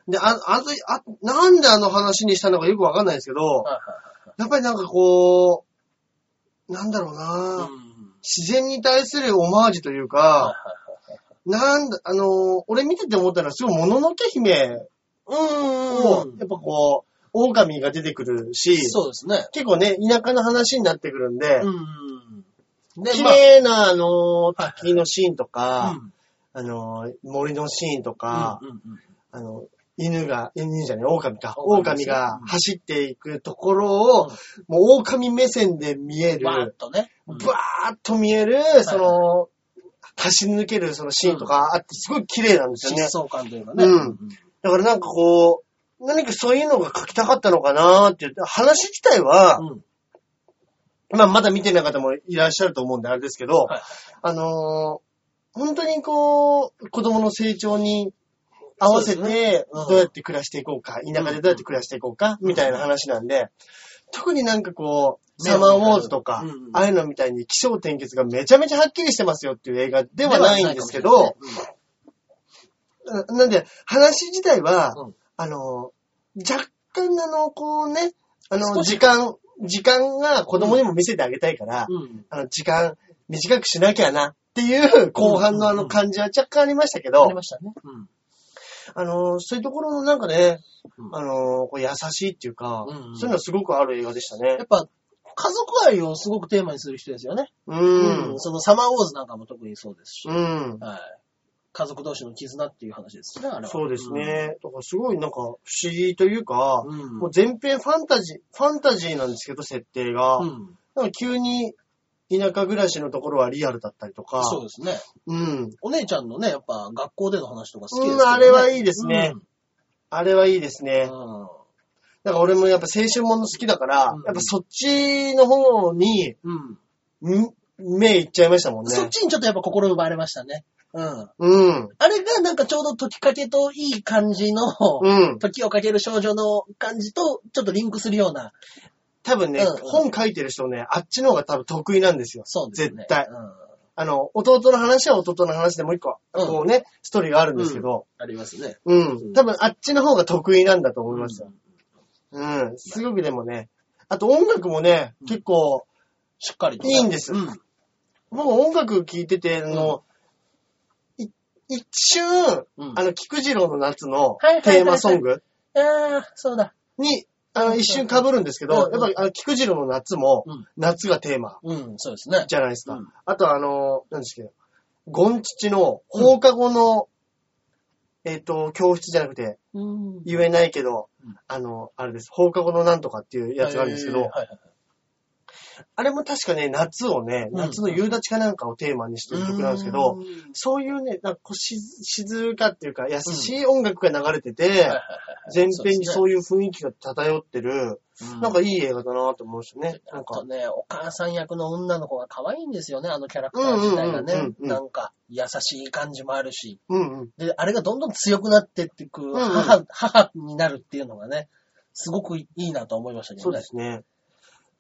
B: で、あ、あと、あ、なんであの話にしたのかよくわかんないですけど、
A: はい
B: やっぱりなんかこう、なんだろう
A: は
B: な、
A: い。うん
B: 自然に対するオマージュという
A: はい
B: か、
A: は
B: なんだ、あのー俺見てて思ったのは、すごいもののけ姫
A: い
B: を、
A: はい。うーん。
B: やっぱこう、狼が出てくるし、
A: そうですね。
B: 結構ね、田舎の話になってくるんで、
A: うん。で
B: 綺麗な、あのー
A: はいはい
B: 滝のシーンと
A: まあ
B: か、あのー森のシーンとか、
A: うんうんうんうん
B: あの、犬が、犬じゃねえ、狼か。
A: 狼で
B: 狼
A: すね
B: が走っていくところを、
A: うん
B: もう狼目線で見える、
A: わーっとね。
B: ブワーッと見える、その、走り抜けるそのシーンとかあって、すごい綺麗なんですよ
A: 疾
B: ね。
A: 走感というかね。
B: うんだからなんかこう、何かそういうのが書きたかったのかなーって言って、話自体は、
A: うん
B: まあまだ見てない方もいらっしゃると思うんであれですけど、
A: はい
B: あのー本当にこう、子供の成長に合わせ
A: そう
B: て、
A: うん
B: どうやって暮らしていこうか、田舎でどうやって暮らしていこうか、みたいな話なんで、特になんかこう、サ
A: 目を引かれ
B: マー
A: る
B: ウォーズとか、
A: うんうん
B: ああいうのみたいに気象転結がめちゃめちゃはっきりしてますよっていう映画ではないんですけど、ななんで、話自体は、
A: うん
B: あの、若干あの、こうね、あ
A: 少
B: の、
A: し
B: 時間、時間が子供にも見せてあげたいから、
A: うん
B: あの、時間短くしなきゃなっていう後半のあ
A: うんうんう
B: の
A: ん
B: 感じは若干ありましたけ
A: あり
B: ど、
A: ましたね。うん
B: あの、そういうところのなんかね
A: う、ん
B: あの、こう優しいっていうか
A: うんうん、
B: そういうのすごくある映画でしたね
A: や。っぱ、家族愛をすごくテーマにする人ですよね。
B: う
A: うんん。そのサマーウォーズなんかも特にそうですし。
B: うん。
A: はい家族同士の絆っていう話ですね、あれは。
B: そうですね。だからすごいなんか不思議というか
A: う、ん。うん。
B: もう全編ファンタジー、ファンタジーなんですけど、設定が。
A: うん
B: なんか急に田舎暮らしのところはリアルだったりとか。
A: そうですね。
B: うん。
A: お姉ちゃんのね、やっぱ学校での話とか好きですけ
B: う
A: どね
B: ん、あれはいいですね。
A: うん
B: あれはいいですね。
A: う
B: だから俺もやっぱ青春もの好きだから、
A: うん
B: やっぱそっちの方に、
A: んうん。
B: ん目いっちゃいましたもんね。
A: そっちにちょっとやっぱ心奪われましたね。うん。
B: うん。
A: あれがなんかちょうど時かけといい感じの、
B: うん。
A: 時をかける少女の感じとちょっとリンクするような、
B: 多分ね、
A: うんうん
B: 本書いてる人ね、あっちの方が多分得意なんですよ。
A: そうですね。
B: 絶対。
A: うん。
B: あの、弟の話は弟の話でもう一個、
A: うん
B: こうね、ストーリーがあるんですけど、
A: ありますね。
B: うん。多分あっちの方が得意なんだと思いますよ。
A: し
B: うん。すごくでもね。あと音楽もね、結構、
A: っかりとね。
B: いいんです
A: うん。
B: 僕音楽聴いてて、あの、い一瞬、
A: うん
B: あの、菊次郎の夏の
A: はいはいはいは
B: テ
A: い
B: ーマソング
A: ああ、そうだ。
B: に、あの、一瞬被るんですけど、
A: うんうん
B: やっぱり、あの、菊次郎の夏も、
A: うん
B: 夏がテーマ
A: うん、そうですね。
B: じゃないですか。
A: うん
B: あと、あの、なんですけど、ゴンチの放課後の、えっ、と、教室じゃなくて、
A: うん。
B: 言えないけど、
A: うん
B: あの、あれです、放課後のなんとかっていうやつなんですけど、
A: えーはいはい
B: あれも確かね、夏をね、
A: うん
B: 夏の夕立かなんかをテーマにしてる曲なんですけど、
A: うん
B: そういうね、なんかこうし静かっていうか、優しい音楽が流れてて、
A: はいはい
B: 前編にそういう雰囲気が漂ってる、
A: はいはい。
B: なんかいい映画だなと思うんですよね。な
A: なんん
B: か
A: か、ね、お母さん役の女の子が可愛いんですよね、あのキャラクター自体が
B: うんうんう
A: ね
B: ん。うん
A: なんか、優しい感じもあるし。
B: うんうん。
A: で、あれがどんどん強くなってっていく、
B: んうん
A: 母、母になるっていうのがね、すごくいいなと思いましたけ
B: そ
A: ど
B: うで
A: ね。
B: すね。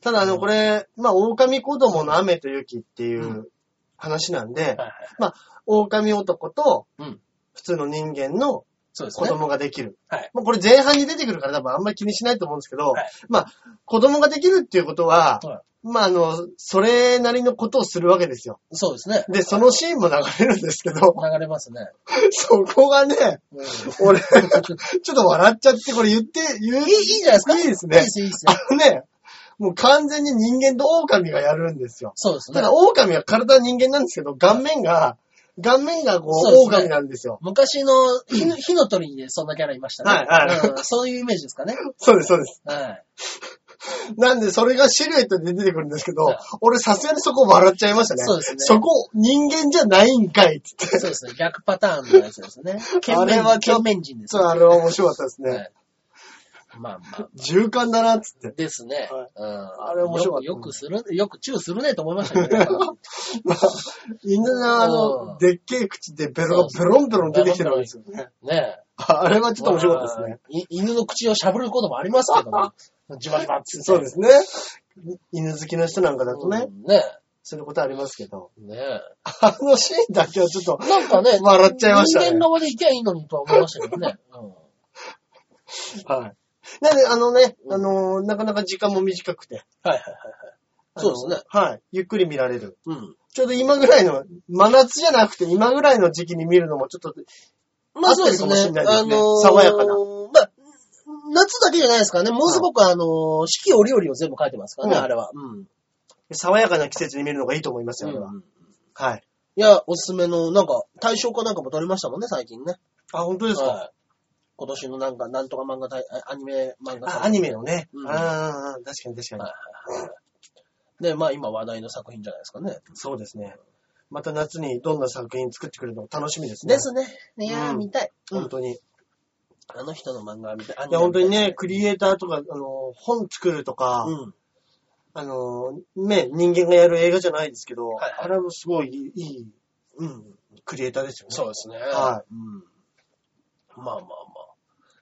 B: ただあ
A: う
B: の、
A: ん
B: これ、まあ、狼子供の雨と雪っていうう話なんで、
A: はいはい
B: 狼男と
A: うん、
B: 普通の人間の
A: そうです
B: 子
A: ね。
B: 供ができる。
A: はい
B: まあ、これ前半に出てくるから多分あんまり気にしないと思うんですけど、
A: はい
B: まあ、子供ができるっていうことは、
A: は
B: まあ、あの、それなりのことをするわけですよ。
A: そうですね。
B: で、そのシーンも流れるんですけど、
A: 流れますね。
B: そこがね、
A: うん
B: 俺、ちょっと笑っちゃって、これ言って、言う。
A: いい、いいじゃないですか。
B: いいです
A: いい
B: ね
A: で。す、いいです。
B: あのね、もう完全に人間と狼がやるんですよ。
A: そうです
B: た
A: ね
B: だ、。狼は体は人間なんですけど、顔面が、顔面がこう、
A: そうですね
B: 狼なんですよ。
A: 昔の火の火の鳥でそんなキャラいましたね。
B: はいはい
A: うんそういうイメージですかね。
B: そうです、そうです。
A: はい。
B: なんで、それがシルエットで出てくるんですけど
A: はい、
B: 俺さすがにそこ笑っちゃいましたね。
A: そうですね
B: そこ、人間じゃないんかいっつって。
A: そうですね。逆パターンのやつですね。
B: あれはちょっと
A: 懸命人です
B: そう、
A: ね。
B: あれは面白かったですね。
A: はいまあまあ。
B: 循環だなっつって。
A: ですね。
B: はい
A: うん。
B: あれ面白かった
A: よくよくする、よくチューするねと思いましたけど、ね。
B: まあ、犬のあ
A: うん
B: の、でっけえ口でベロがベロンベロン出てきてるんですよね。
A: ねえ。
B: あれはちょっと面白かったですね。
A: まあい犬の口をしゃぶることもありますけ ども、じばじばっ つって。
B: そうですね。 犬好きの人なんかだとね
A: う、んね
B: することありますけど。
A: え。ねえ。
B: あのシーンだけはちょっと、
A: なんかね、
B: 笑っちゃいましたね
A: 人間側で行きゃいいのにとは思いましたけど ね。うん。
B: はい。なんで、あのね、
A: うん
B: あのーなかなか時間も短くて。
A: はいはいはい
B: あの
A: そうですね。
B: はい。ゆっくり見られる。
A: はい。うん。
B: ちょうど今ぐらいの、真夏じゃなくて今ぐらいの時期に見るのもちょっと、
A: まあそうですね。
B: 合ってるかもしれないですね
A: あのー
B: 爽やかな
A: まあ、夏だけじゃないですからね。ものすごくあのー四季折々を全部書いてますからね、
B: うん
A: あれは。うん。
B: 爽やかな季節に見るのがいいと思いますよ、あれは。
A: うん
B: はい。
A: いや、おすすめの、なんか、大賞かなんかも取りましたもんね、最近ね。
B: あ、本当ですか、
A: はい今年のなんか、なんとか漫画大、あアニメ漫画
B: あ
A: 大賞
B: アニメのね。
A: うん
B: ああ、確かに確かに。
A: はいで、まあ今話題の作品じゃないですかね。
B: そうですね。また夏にどんな作品作ってくれるのか楽しみですね。
A: ですね。いやー、
B: うん
A: 見たい。
B: 本当に。い
A: あの人の漫画は見たい。い
B: や、本当に。ね、クリエイターとか、あの、本作るとか、
A: うん。
B: あの、ね、人間がやる映画じゃないですけど、
A: はい
B: あれもすごいいい
A: うん。
B: クリエイターですよね。
A: そうですね。。
B: はい
A: うん。まあまあまあ。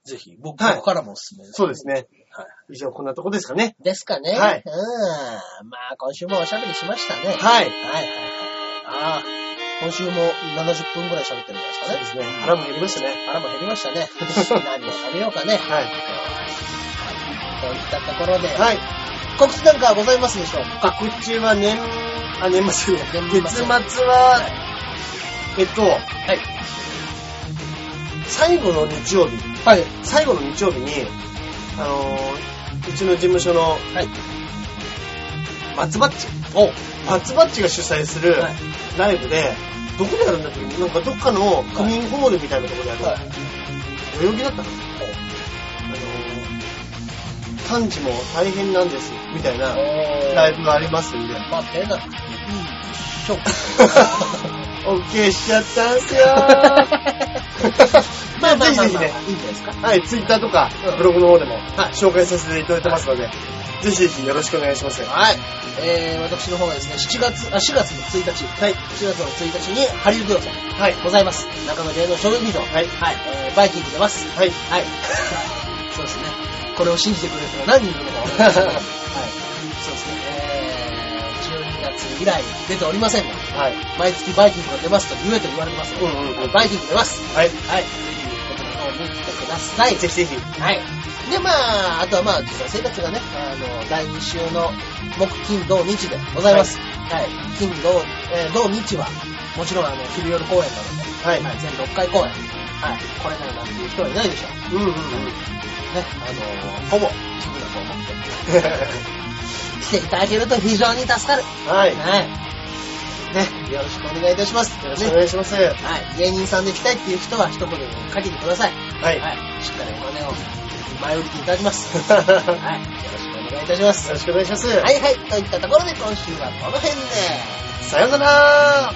A: ぜひ、僕、
B: はい
A: 僕からもおすすめです。
B: そうですね。
A: はい
B: 以上、こんなとこですかね。
A: ですかね。
B: はい
A: うん。まあ、今週もおしゃべりしましたね。は
B: はい。
A: い。はいはいああ、今週も70分くらい喋ってるんじゃないですか
B: そう
A: ね
B: で。すね。腹も減りましたね。
A: 腹も減りました ね。何を食べようかね。
B: はい。
A: といったところで、
B: はい。
A: 告知なんかはございますでしょうか
B: 告知は年、あ、年末じゃない
A: 年末
B: 月末は、えっと、
A: はい。
B: 最後の日曜日、
A: はい。
B: 最後の日曜日に、あのーうちの事務所の
A: はい。
B: 松バッチ、
A: お
B: 松バッチが主催する
A: はい
B: ライブで、どこでやるんだっけなんかどっかの区民ホールみたいなところでやる。
A: はい。
B: 代々木だったかなあのー、幹事も大変なんです、みたいなラ
A: ラ
B: イブがあります んで。
A: まあ、出なくていいでしょう。
B: オッケーしちゃったんす よ
A: まあまあまあまあ、
B: ぜひぜひね
A: いいんじゃないですか。
B: はい、ツイッターとか
A: うん、
B: ブログの方でも、
A: い
B: 紹介させていただいてますので、ぜひぜひよろしくお願いします。
A: はい。えー、私の方がですね、7月、あ、4月の1日。はい。4月の1日に、ハリウッド予選。
B: はい。
A: ございます。中野芸能小劇場。はい。
B: はい。
A: えー、バイキング出ます。
B: はい。
A: はい。 そうですね。これを信じてくれる人が何人いるのかわかりませんけどはい。そうですね。えー、12月以来出ておりませんが、
B: はい。
A: 毎月バイキングが出ますと言えと言われてますので、
B: うんうんうん
A: バイキング出ます。
B: はい。
A: はい。ぜひ、こちらの方に来てください。
B: ぜひぜひ。
A: はい。で、まあ、あとはまあ、実際生活がね、あの、第2週の木、金、土、日でございます。はい。金、土、えー土、日は、もちろんあの、昼夜公演なので、
B: はい
A: はい、全6回公演。はい。これからなんていう人はいないでしょう。ね、
B: うんうんうん。
A: あのほ ぼ、自分だと思って、来ていただけると非常に助かる。
B: はい。よ
A: はい。ね、よろしくお願いいたします。
B: ろしくお
A: ね
B: 願いします。は
A: はい。芸人さんで来たいっていう人は一言でかけてください。
B: い。よ
A: はい。しっかりお金を前売りていただきます。
B: ろ
A: はい。よろしくお願いいたします。
B: しくお願いします。
A: はいはい。といったところで今週はこの辺で。
B: さようなら